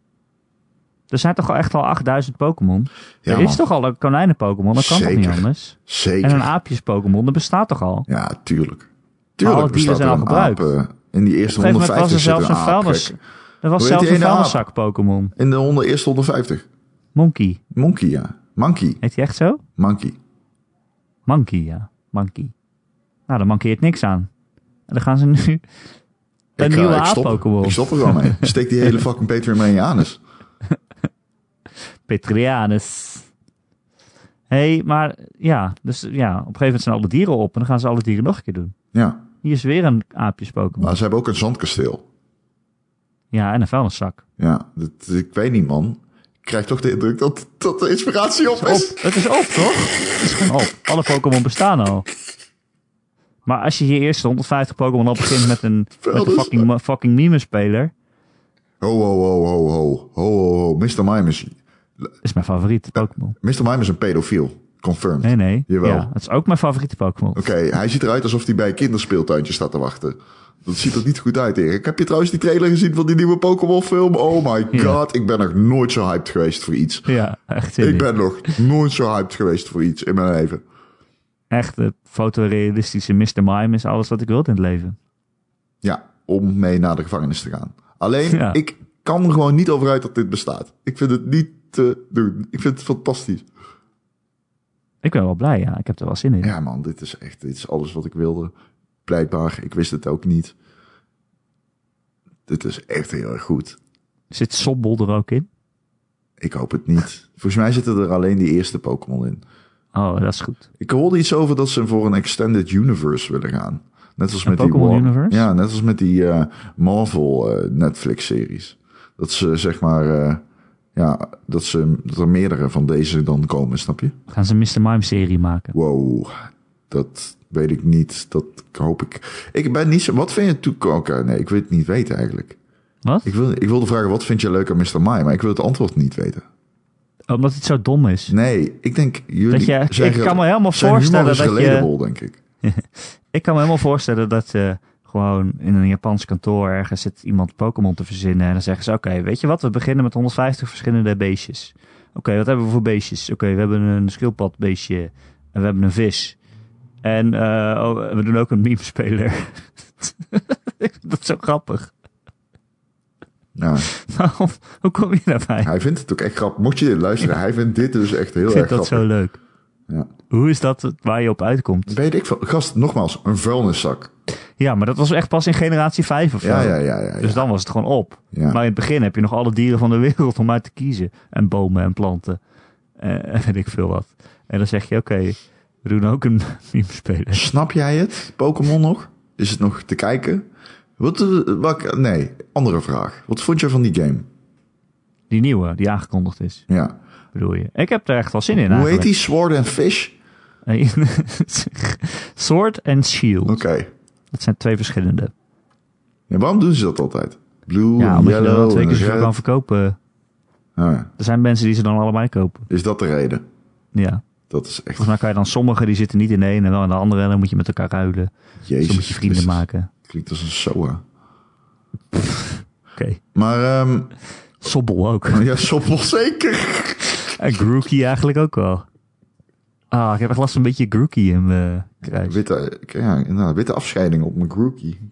S1: Er zijn toch al echt al 8000 Pokémon?
S2: Ja,
S1: er
S2: man.
S1: is toch al een konijnen-Pokémon? Dat kan toch
S2: Zeker.
S1: niet anders?
S2: Zeker.
S1: En een aapjes-Pokémon, dat bestaat toch al?
S2: Ja, tuurlijk.
S1: Maar
S2: Tuurlijk
S1: alle dieren
S2: bestaat
S1: zijn
S2: er
S1: al
S2: een
S1: gebruikt.
S2: aap, eh, in die eerste
S1: Op een gegeven moment
S2: 150
S1: was er
S2: zit
S1: zelfs een
S2: een aap,
S1: vuilnis...
S2: gek.
S1: Er was
S2: heet
S1: zelfs
S2: die
S1: een
S2: ene aap?
S1: vuilniszak-Pokémon.
S2: In de honderd- eerste 150.
S1: Monkey.
S2: Monkey, ja. Monkey.
S1: Heet hij echt zo?
S2: Monkey.
S1: Monkey, ja. Monkey. Nou, daar mankeert niks aan. En dan gaan ze nu... [laughs] Een
S2: ik, eh,
S1: nieuwe
S2: ik stop-
S1: aap-Pokémon.
S2: Ik stop er gewoon mee. Steek die hele fucking Patreon mee in je anus.
S1: Petrianus. Hé, hey, maar ja, dus ja, op een gegeven moment zijn alle dieren op en dan gaan ze alle dieren nog een keer doen.
S2: Ja,
S1: Hier is weer een aapjes-Pokémon.
S2: maar ze hebben ook een zandkasteel.
S1: Ja, en een vuilniszak.
S2: Ja, dat, ik weet niet, man. Ik krijg toch de indruk dat, dat de inspiratie op
S1: Op,
S2: is.
S1: het is op, toch? Het is gewoon op. Alle Pokémon bestaan al. Maar als je hier eerst 150 Pokémon al begint met een, met een
S2: [laughs] Vuilniszak.
S1: fucking, fucking meme-speler,
S2: Ho, ho, ho, ho, ho. Ho, ho, ho. Mr. Mime is...
S1: is mijn favoriete Pokémon.
S2: Mr. Mime is een pedofiel. Confirmed.
S1: Nee, nee.
S2: Jawel.
S1: Ja, het is ook mijn favoriete Pokémon.
S2: Oké, hij ziet eruit alsof hij bij een kinderspeeltuintje staat te wachten. Dat ziet er niet goed uit, Erik. Heb je trouwens die trailer gezien van die nieuwe Pokémon-film? Oh my
S1: Ja.
S2: god, ik ben nog nooit zo hyped geweest voor iets.
S1: Ja, echt zin
S2: Ik
S1: in.
S2: ben nog nooit zo hyped geweest voor iets in mijn leven.
S1: Echt de fotorealistische Mr. Mime is alles wat ik wilde in het leven.
S2: Ja, om mee naar de gevangenis te gaan. Alleen,
S1: Ja.
S2: ik kan er gewoon niet over uit dat dit bestaat. Ik vind het niet te doen. Ik vind het fantastisch.
S1: Ik ben wel blij, ja. Ik heb er wel zin in.
S2: Ja man, dit is echt dit is alles wat ik wilde. Blijkbaar, ik wist het ook niet. Dit is echt heel erg goed.
S1: Zit Sobbel er ook in?
S2: Ik hoop het niet. Volgens mij zitten er alleen die eerste Pokémon in.
S1: Oh, dat is goed.
S2: Ik hoorde iets over dat ze voor een extended universe willen gaan. Net als met
S1: Pokémon
S2: die War-
S1: universe?
S2: Ja, net als met die eh, Marvel eh, Netflix series. Dat ze zeg maar eh, ja, dat ze dat er meerdere van deze dan komen, snap je?
S1: Gaan ze een Mr. Mime-serie maken?
S2: Wow. Dat weet ik niet. Dat hoop ik. Ik ben niet zo wat vind je toe Oké, nee, ik wil het niet weten eigenlijk.
S1: Wat?
S2: Ik wil ik wilde vragen wat vind je leuk aan Mr. Mai, maar ik wil het antwoord niet weten.
S1: Omdat het zo dom is.
S2: Nee, ik denk jullie
S1: Dat je-
S2: zijn
S1: ik
S2: ge-
S1: kan me helemaal
S2: zijn humor
S1: voorstellen
S2: is
S1: dat je-
S2: relatable, denk ik.
S1: Ik kan me helemaal voorstellen dat ze gewoon in een Japans kantoor ergens zit iemand Pokémon te verzinnen. En dan zeggen ze, oké, weet je wat? We beginnen met 150 verschillende beestjes. Oké, wat hebben we voor beestjes? Oké, we hebben een schildpadbeestje. En we hebben een vis. En eh, oh, we doen ook een meme-speler. [laughs] Ik vind dat zo grappig.
S2: Ja.
S1: Waarom? Hoe kom je daarbij?
S2: Nou, Hij vindt het ook echt grappig. Mocht je dit luisteren, hij vindt dit dus echt heel
S1: Ik
S2: erg
S1: vind dat
S2: grappig.
S1: zo leuk.
S2: Ja.
S1: Hoe is dat eh, waar je op uitkomt?
S2: Weet ik veel. Gast, nogmaals, een vuilniszak.
S1: Ja, maar dat was echt pas in generatie 5 of zo.
S2: Ja, ja, ja. ja, ja.
S1: Dus dan was het gewoon op.
S2: Ja.
S1: Maar in het begin heb je nog alle dieren van de wereld om uit te kiezen. En bomen en planten. Eh, En weet ik veel wat. En dan zeg je, oké, we doen ook een [laughs] meme spelen.
S2: Snap jij het? Pokémon nog? Is het nog te kijken? Wat, eh, wat, nee, andere vraag. Wat vond je van die game?
S1: Die nieuwe, die aangekondigd is,
S2: Ja.
S1: bedoel je. Ik heb er echt wel zin in
S2: Hoe heet
S1: nou, eigenlijk.
S2: die? Sword and Fish?
S1: Hoe heet die? [laughs] Sword and Shield.
S2: Oké.
S1: Dat zijn twee verschillende.
S2: Ja, waarom doen ze dat altijd? Blue,
S1: ja, omdat je er wel
S2: yellow,
S1: twee
S2: en
S1: keer zoveel
S2: red.
S1: kan verkopen.
S2: Ah,
S1: Er zijn mensen die ze dan allebei kopen.
S2: is dat de reden?
S1: Ja.
S2: Dat is echt...
S1: Volgens mij kan je dan sommige, die zitten niet in de ene en wel in de andere. En dan moet je met elkaar ruilen.
S2: Jezus
S1: Zo moet je vrienden
S2: Christus.
S1: maken.
S2: Klinkt als een soa.
S1: Oké.
S2: Maar, ehm [laughs]
S1: Sobbel ook.
S2: ja, soppel zeker.
S1: En Eh, Grookey eigenlijk ook wel. Ah, ik heb echt last van een beetje Grookey in mijn kruis.
S2: Witte, ja, nou, witte afscheiding op mijn groekie.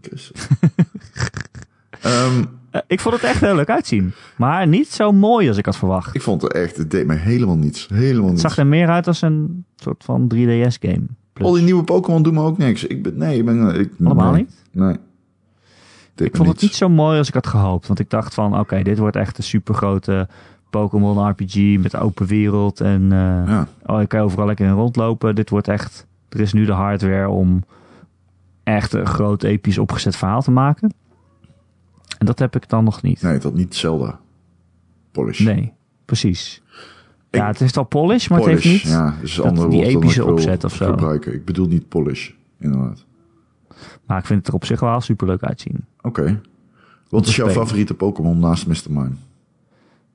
S1: [laughs]
S2: Ehm,
S1: Eh, ik vond het echt heel leuk uitzien. Maar niet zo mooi als ik had verwacht.
S2: ik vond het echt, het deed me helemaal niets. Helemaal
S1: Het
S2: niets.
S1: zag er meer uit als een soort van 3DS-game.
S2: Al die nieuwe Pokémon doen me ook niks. Ik ben, nee, ik ben... eh, Ik,
S1: Allemaal
S2: Oh, nee.
S1: niet?
S2: Nee. Deed
S1: Ik
S2: me
S1: vond het niet
S2: niets.
S1: zo mooi als ik had gehoopt. Want ik dacht van, oké, dit wordt echt een supergrote Pokémon RPG met open wereld. En eh,
S2: Ja.
S1: oh, ik kan overal lekker in rondlopen. Dit wordt echt... Er is nu de hardware om echt een groot episch opgezet verhaal te maken. En dat heb ik dan nog niet.
S2: Nee, dat niet Zelda. Polish.
S1: Nee, precies. ja, het heeft al polish, maar
S2: Polish.
S1: het heeft niet.
S2: ja, is een
S1: dat-
S2: andere
S1: die
S2: woord dan
S1: epische
S2: ik wil
S1: opzet of zo.
S2: Gebruiken. Ik bedoel niet Polish, inderdaad.
S1: Nou, Maar ik vind het er op zich wel superleuk uitzien.
S2: Oké. Wat is jouw
S1: spelen.
S2: favoriete Pokémon naast Mr. Mime?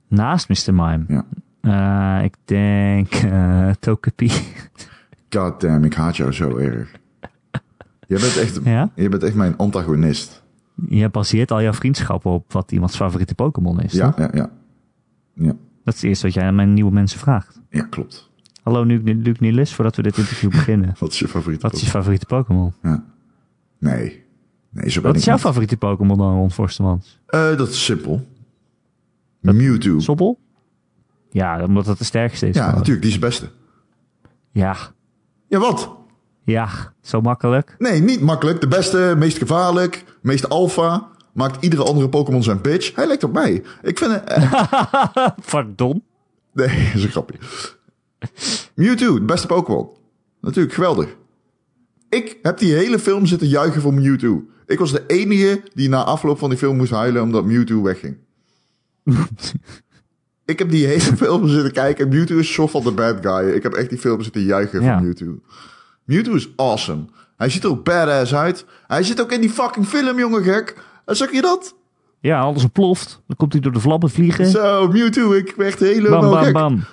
S1: Naast Mr. Mime.
S2: Ja.
S1: Eh, ik denk eh Togepi. [laughs]
S2: God damn, ik haat jou zo erg. Jij bent echt,
S1: Ja?
S2: jij bent echt mijn antagonist.
S1: Je baseert al jouw vriendschap op wat iemands favoriete Pokémon is.
S2: Ja,
S1: toch?
S2: ja, ja. Ja,
S1: Dat is het eerste wat jij aan mijn nieuwe mensen vraagt.
S2: ja klopt.
S1: Hallo Luc, Luc Nilis, voordat we dit
S2: [laughs]
S1: interview beginnen.
S2: Wat is je favoriete
S1: Wat is je
S2: Pokémon?
S1: favoriete Pokémon?
S2: Nee. Nee, zo ben
S1: Wat
S2: ik
S1: is jouw
S2: niet.
S1: favoriete Pokémon dan, Ron Forstemans?
S2: Eh, dat is simpel. Mewtwo.
S1: Sobbel? Ja, omdat dat de sterkste is.
S2: Ja,
S1: gewoon.
S2: natuurlijk, die is het beste.
S1: Ja,
S2: Ja, wat?
S1: ja, zo makkelijk.
S2: Nee, niet makkelijk. De beste, meest gevaarlijk, meest alfa. Maakt iedere andere Pokémon zijn bitch. Hij lijkt op mij. Ik vind het... eh,
S1: Pardon?
S2: nee, [laughs] dat is een grapje. Mewtwo, de beste Pokémon. Natuurlijk, geweldig. Ik heb die hele film zitten juichen voor Mewtwo. Ik was de enige die na afloop van die film moest huilen omdat
S1: [laughs]
S2: Mewtwo wegging. Ik heb die hele film zitten kijken. Mewtwo is zo van de bad guy. Ik heb echt die film zitten juichen
S1: Ja.
S2: van Mewtwo. Mewtwo is awesome. Hij ziet er ook badass uit. Hij zit ook in die fucking film, jongen gek. En zag je dat?
S1: Ja, alles ontploft. Dan komt hij door de vlabben vliegen.
S2: Zo, Mewtwo, ik werd helemaal
S1: bam, bam,
S2: gek.
S1: bam.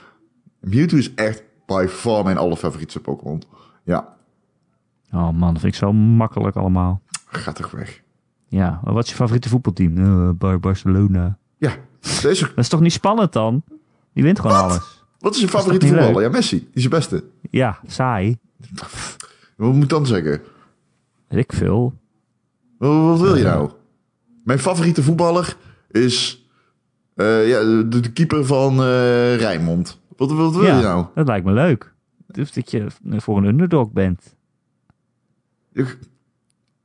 S2: Mewtwo is echt by far mijn allerfavoriete Pokémon. Ja,
S1: Oh man, dat vind ik zo makkelijk allemaal.
S2: ga toch weg.
S1: Ja, maar wat is je favoriete voetbalteam? Eh, Bar- Barcelona.
S2: Ja, deze.
S1: Dat is toch niet spannend dan? Die wint gewoon alles.
S2: Wat is je favoriete
S1: niet
S2: voetballer?
S1: leuk?
S2: Ja, Messi. Die is de beste.
S1: Ja, saai.
S2: Wat moet ik dan zeggen?
S1: Weet ik veel.
S2: Wat, wat wil je nou? Mijn favoriete voetballer is eh, ja, de, de keeper van eh Rijnmond. Wat, wat wil
S1: ja,
S2: je nou?
S1: dat lijkt me leuk. Dus dat je voor een underdog bent.
S2: Ik-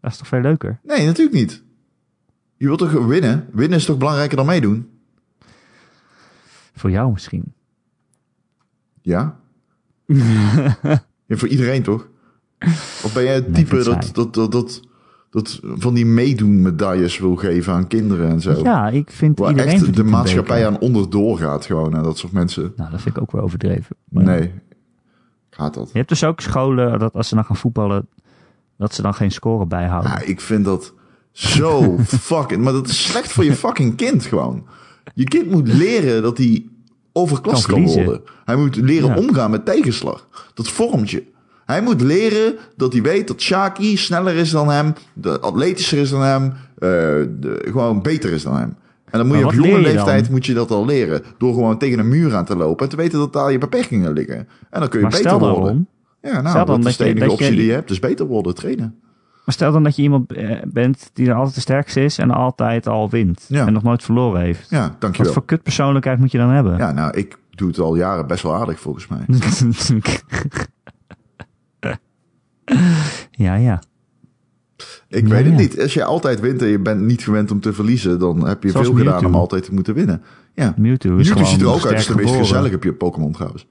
S1: Dat is toch veel leuker?
S2: Nee, natuurlijk niet. Je wilt toch winnen? Winnen is toch belangrijker dan meedoen?
S1: Voor jou misschien. [laughs]
S2: Ja? ja voor iedereen toch? Of ben jij het
S1: Nee, ik
S2: type
S1: vind het
S2: dat, dat, dat, dat, dat van die meedoen medailles wil geven aan kinderen en zo?
S1: Ja, ik vind
S2: Waar
S1: iedereen...
S2: Oh. echt
S1: verdient
S2: de
S1: een
S2: maatschappij
S1: beker.
S2: aan onderdoor gaat gewoon aan dat soort mensen.
S1: Nou, dat vind ik ook wel overdreven. Maar
S2: Nee, ik haat dat.
S1: Je hebt dus ook scholen dat als ze dan gaan voetballen... dat ze dan geen score bijhouden.
S2: Ja, ik vind dat
S1: [laughs]
S2: zo fucking... Maar dat is slecht voor je fucking kind gewoon. Je kind moet leren dat hij overklast
S1: Kan
S2: kan,
S1: verliezen.
S2: worden. Hij moet leren
S1: Ja.
S2: omgaan met tegenslag. Dat vormt je. Hij moet leren dat hij weet dat Shaki sneller is dan hem, de atletischer is dan hem, eh, de- gewoon beter is dan hem. En dan moet
S1: Maar
S2: je op
S1: wat
S2: jonge
S1: leer je
S2: leeftijd
S1: dan?
S2: moet je dat al leren. Door gewoon tegen een muur aan te lopen en te weten dat daar je beperkingen liggen. En dan kun je
S1: maar
S2: beter
S1: stel
S2: worden.
S1: daarom...
S2: Ja, nou,
S1: Stel dan
S2: dat is
S1: dat
S2: de
S1: je-
S2: enige
S1: dat je-
S2: optie die je hebt. Dus beter worden, trainen.
S1: Maar stel dan dat je iemand eh, bent die dan altijd de sterkste is en altijd al wint.
S2: Ja.
S1: En nog nooit verloren heeft.
S2: Ja,
S1: Wat
S2: dankjewel.
S1: voor kutpersoonlijkheid moet je dan [laughs] hebben?
S2: Ja, nou, ik doe het al jaren best wel aardig volgens mij.
S1: ja, ja.
S2: Ik
S1: Ja,
S2: weet het
S1: ja.
S2: niet. Als je altijd wint en je bent niet gewend om te verliezen, dan heb je
S1: Zoals
S2: veel gedaan om
S1: Mewtwo.
S2: altijd te moeten winnen. Ja.
S1: Mewtwo is
S2: Mewtwo
S1: gewoon
S2: ziet er ook uit als de
S1: sterk
S2: meest
S1: geboren.
S2: gezellige P- Pokémon trouwens.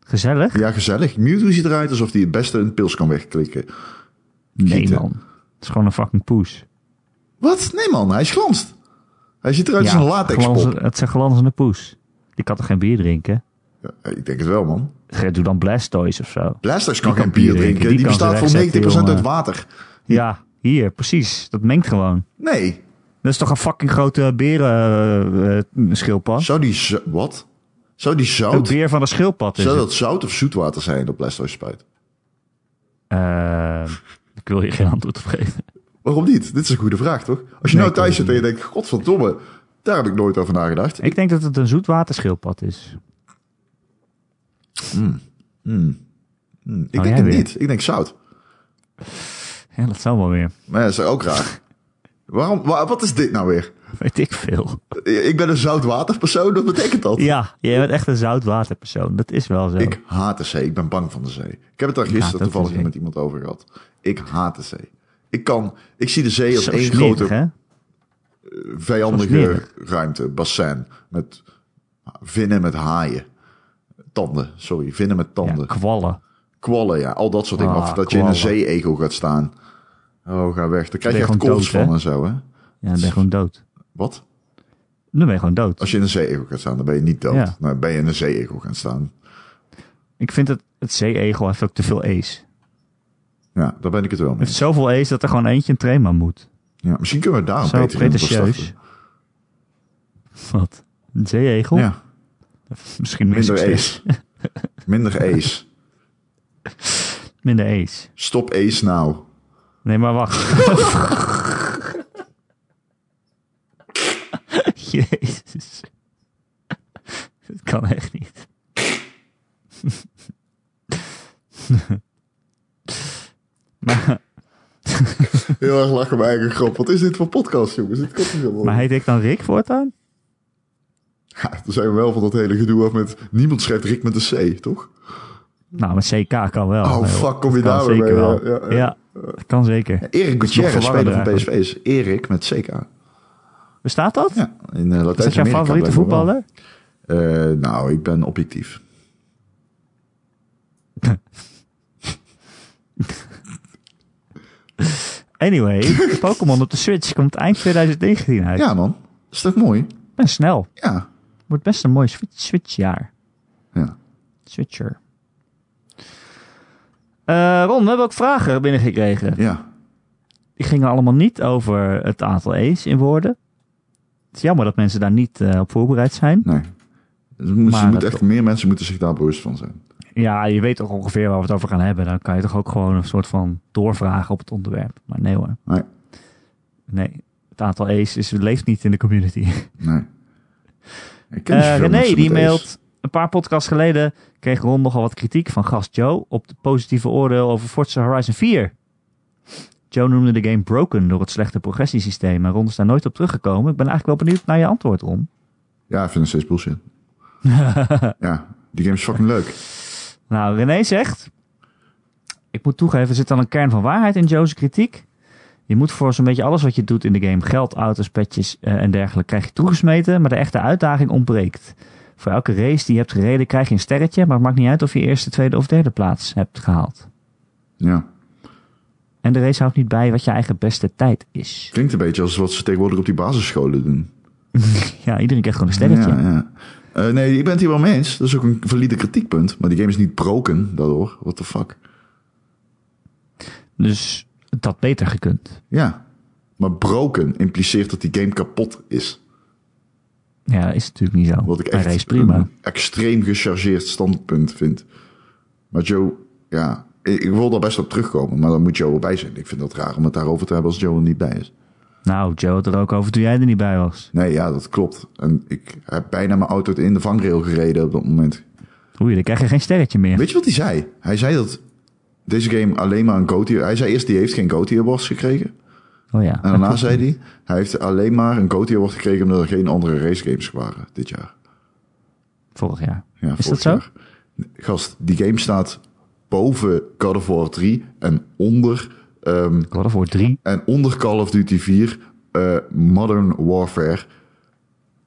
S1: Gezellig?
S2: Ja, gezellig. Mewtwo ziet eruit alsof hij het beste een pils kan wegklikken.
S1: Nee,
S2: Gieten.
S1: man. Het is gewoon een fucking poes.
S2: Wat? Nee man, hij is glanst. Hij ziet eruit
S1: Ja,
S2: als een latexpop.
S1: glanzen- Het is een glanzende poes. Die kan toch geen bier drinken?
S2: Ja, ik denk het wel man.
S1: Ge- Doe dan Blastoise of zo.
S2: Blastoise kan
S1: Die
S2: geen
S1: kan
S2: bier drinken. Die,
S1: kan
S2: bestaat
S1: ze
S2: voor 90%
S1: wegzetten,
S2: uit
S1: jongen.
S2: water.
S1: Ja, hier, precies. Dat mengt gewoon.
S2: Nee.
S1: Dat is toch een fucking grote eh, berenschildpad?
S2: Zou die... zo- Wat? Zou die
S1: een
S2: zout...
S1: beer van een schildpad is
S2: Zou
S1: het.
S2: dat zout of zoetwater zijn dat Blastoise spuit?
S1: Ehm, ik wil hier geen antwoord op geven.
S2: Waarom niet? Dit is een goede vraag, toch? Als je
S1: Nee,
S2: nou thuis
S1: ik
S2: zit en je denkt, godverdomme, daar heb ik nooit over nagedacht.
S1: Ik denk dat het een zoetwaterschildpad is.
S2: ik
S1: oh, jij
S2: denk het
S1: weer.
S2: niet. Ik denk zout.
S1: Ja, dat zou wel weer.
S2: Maar ja, dat is ook
S1: [laughs]
S2: raar. Waarom, wa- wat is dit nou weer?
S1: Weet ik veel.
S2: Ik ben een zoutwaterpersoon, dat betekent dat.
S1: Ja, jij bent echt een zoutwaterpersoon. Dat is wel zo.
S2: Ik haat de zee. Ik ben bang van de zee. Ik heb het daar
S1: haat ook
S2: gisteren
S1: de
S2: toevallig
S1: zee.
S2: met iemand over gehad. Ik haat de zee. Ik kan, ik zie de zee als
S1: Zo
S2: één
S1: smerig,
S2: grote
S1: hè? Zo
S2: vijandige
S1: smerig.
S2: ruimte, bassin. Met vinnen met haaien. Tanden, sorry. Vinnen met
S1: Ja,
S2: tanden.
S1: kwallen.
S2: kwallen, ja, al dat soort dingen.
S1: Ah,
S2: of dat je in een
S1: kwallen.
S2: zee-egel gaat staan. Oh, ga weg. Daar krijg je
S1: Ben je
S2: echt
S1: gewoon
S2: koorts
S1: dood,
S2: van
S1: hè?
S2: en zo, hè?
S1: Ja, dan ben je gewoon dood.
S2: Wat?
S1: Dan ben je gewoon dood.
S2: Als je in een zee-egel gaat staan, dan ben je niet dood.
S1: Ja.
S2: Nou, ben je in een zee-egel gaan staan.
S1: Ik vind dat het zee-egel heeft ook te veel ace.
S2: Ja, daar ben ik het wel mee.
S1: heeft zoveel ace dat er gewoon eentje een trema moet.
S2: Ja, misschien kunnen we daar een
S1: Zo
S2: betere in
S1: pretentieus.
S2: starten.
S1: Wat? Een zeeegel?
S2: Ja,
S1: Misschien mis
S2: minder
S1: ik steeds.
S2: ace. minder ace.
S1: [laughs] Minder ace.
S2: Stop ace nou.
S1: Nee, maar wacht. [laughs] Jezus. Dat kan echt niet. maar,
S2: Heel erg lachen bij eigen grap. Wat is dit voor podcast, jongens? Dit komt niet helemaal.
S1: maar heet ik dan Rick voortaan?
S2: Ja, dan zijn we wel van dat hele gedoe af met... Niemand schrijft Rick met een C, toch?
S1: Nou, met CK kan wel.
S2: Oh,
S1: Nee, hoor.
S2: fuck, kom je
S1: Kan
S2: daar weer
S1: zeker
S2: mee. Ja,
S1: wel.
S2: ja, ja.
S1: Ja, dat kan zeker.
S2: Erik Gutierrez,
S1: nog
S2: speler van
S1: verwarrender
S2: PSV, is Erik met CK.
S1: Bestaat dat?
S2: Ja, in eh,
S1: Is dat jouw
S2: Latijns-Amerika
S1: favoriete
S2: blijkbaar wel.
S1: voetballer?
S2: Eh, nou, ik ben objectief. [laughs]
S1: Anyway, Pokémon op de Switch komt eind 2019 uit.
S2: Ja, man. Is dat mooi?
S1: Best snel.
S2: Ja.
S1: Wordt best een mooi Switch- Switchjaar.
S2: ja.
S1: Switcher. Eh, Ron, we hebben ook vragen binnengekregen.
S2: Ja.
S1: Die gingen allemaal niet over het aantal A's in woorden. Het is jammer dat mensen daar niet eh, op voorbereid zijn.
S2: Nee. Ze moeten, ze
S1: Maar
S2: moeten
S1: dat-
S2: echt, meer mensen moeten zich daar bewust van zijn.
S1: Ja, je weet toch ongeveer waar we het over gaan hebben. Dan kan je toch ook gewoon een soort van doorvragen op het onderwerp. Maar nee hoor.
S2: Nee.
S1: Nee, het aantal A's is, leeft niet in de community.
S2: Nee. Ik ken niet
S1: Eh
S2: zoveel
S1: René,
S2: mensen
S1: die
S2: met A's.
S1: mailt. Een paar podcasts geleden kreeg Ron nogal wat kritiek van gast Joe op de positieve oordeel over Forza Horizon 4. Joe noemde de game broken door het slechte progressiesysteem en Ron is daar nooit op teruggekomen. Ik ben eigenlijk wel benieuwd naar je antwoord, Ron.
S2: Ja, ik vind het steeds
S1: [laughs]
S2: bullshit. ja, die game is fucking leuk.
S1: Nou, René zegt... Ik moet toegeven, er zit dan een kern van waarheid in Joe's kritiek. Je moet voor zo'n beetje alles wat je doet in de game... geld, auto's, petjes eh, en dergelijke krijg je toegesmeten... maar de echte uitdaging ontbreekt. Voor elke race die je hebt gereden krijg je een sterretje... maar het maakt niet uit of je eerste, tweede of derde plaats hebt gehaald.
S2: Ja.
S1: En de race houdt niet bij wat je eigen beste tijd is.
S2: Klinkt een beetje als wat ze tegenwoordig op die basisscholen doen.
S1: Ja, iedereen krijgt gewoon een sterretje.
S2: Ja, ja. Eh, nee, ik ben het hier wel mee eens. Dat is ook een valide kritiekpunt. Maar die game is niet broken daardoor. What the fuck.
S1: Dus het had beter gekund.
S2: Ja. Maar broken impliceert dat die game kapot is.
S1: Ja, dat is natuurlijk niet zo.
S2: Wat ik
S1: Hij
S2: echt
S1: race prima.
S2: een extreem gechargeerd standpunt vind. Maar Joe, ja, ik, ik wil daar best op terugkomen, maar dan moet Joe erbij zijn. Ik vind dat raar om het daarover te hebben als Joe er niet bij is.
S1: Nou, Joe had er ook over toen jij er niet bij was.
S2: Nee, ja, dat klopt. En ik heb bijna mijn auto in de vangrail gereden op dat moment.
S1: Oei, dan krijg je geen sterretje meer.
S2: Weet je wat hij zei? Hij zei dat deze game alleen maar een GOTY... Hij zei eerst, die heeft geen GOTY Awards gekregen.
S1: Oh ja. [laughs]
S2: En daarna zei hij, hij heeft alleen maar een GOTY Award gekregen... omdat er geen andere racegames waren dit jaar.
S1: Vorig jaar.
S2: Ja,
S1: is dat
S2: vorig
S1: zo?
S2: jaar. Gast, die game staat boven God of War 3 en onder, ehm,
S1: God of War 3.
S2: en onder Call of Duty 4 eh, Modern Warfare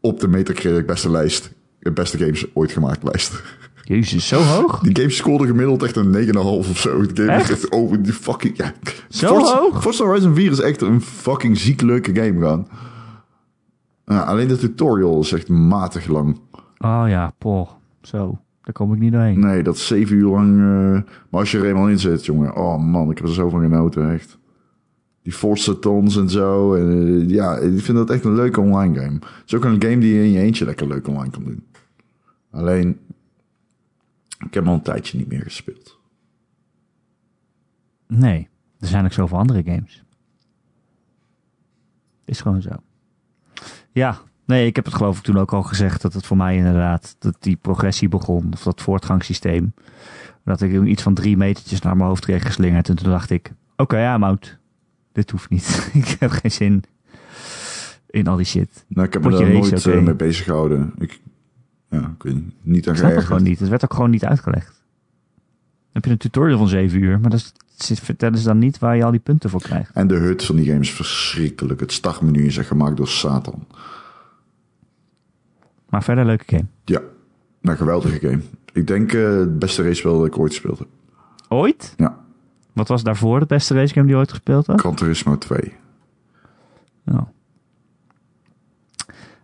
S2: op de Metacritic beste lijst. eh, Beste games ooit gemaakt lijst.
S1: Jezus, zo hoog?
S2: Die game scoorde gemiddeld echt een 9,5 of zo. De game
S1: Echt?
S2: is echt over die fucking... Ja.
S1: Zo
S2: Forza,
S1: hoog?
S2: Forza Horizon 4 is echt een fucking ziek leuke game, gaan. Ja, alleen de tutorial is echt matig lang.
S1: Oh ja, poh. Zo, daar kom ik niet doorheen.
S2: Nee, dat is zeven uur lang. eh, maar als je er eenmaal in zit, jongen. Oh man, ik heb er zo van genoten, echt. Die Forza Tons en zo. En, eh, ja, ik vind dat echt een leuke online game. Het is ook een game die je in je eentje lekker leuk online kan doen. Alleen, ik heb al een tijdje niet meer gespeeld.
S1: Nee, er zijn ook zoveel andere games. Is gewoon zo. Ja, nee, ik heb het geloof ik toen ook al gezegd dat het voor mij inderdaad, dat die progressie begon, of dat voortgangssysteem. Dat ik toen iets van drie metertjes naar mijn hoofd kreeg geslingerd en toen dacht ik, oké, ja, mout. Dit hoeft niet. [laughs] ik heb geen zin in al die shit.
S2: Nou, ik heb me
S1: Moet je
S2: daar
S1: race
S2: nooit
S1: ook
S2: eh,
S1: heen?
S2: mee bezig gehouden. Ik, ja, ik weet niet. Niet aan
S1: Ik snap het gewoon
S2: geërgerd.
S1: niet. Het werd ook gewoon niet uitgelegd. Dan heb je een tutorial van zeven uur, maar dat is, dat is dan niet waar je al die punten voor krijgt.
S2: En de hut van die game is verschrikkelijk. Het startmenu is echt gemaakt door Satan.
S1: Maar verder leuke game.
S2: Ja, een geweldige game. Ik denk eh, het beste race dat ik ooit speelde.
S1: Ooit?
S2: Ja,
S1: Wat was daarvoor de beste racegame die je ooit gespeeld had?
S2: Gran Turismo 2.
S1: Oh.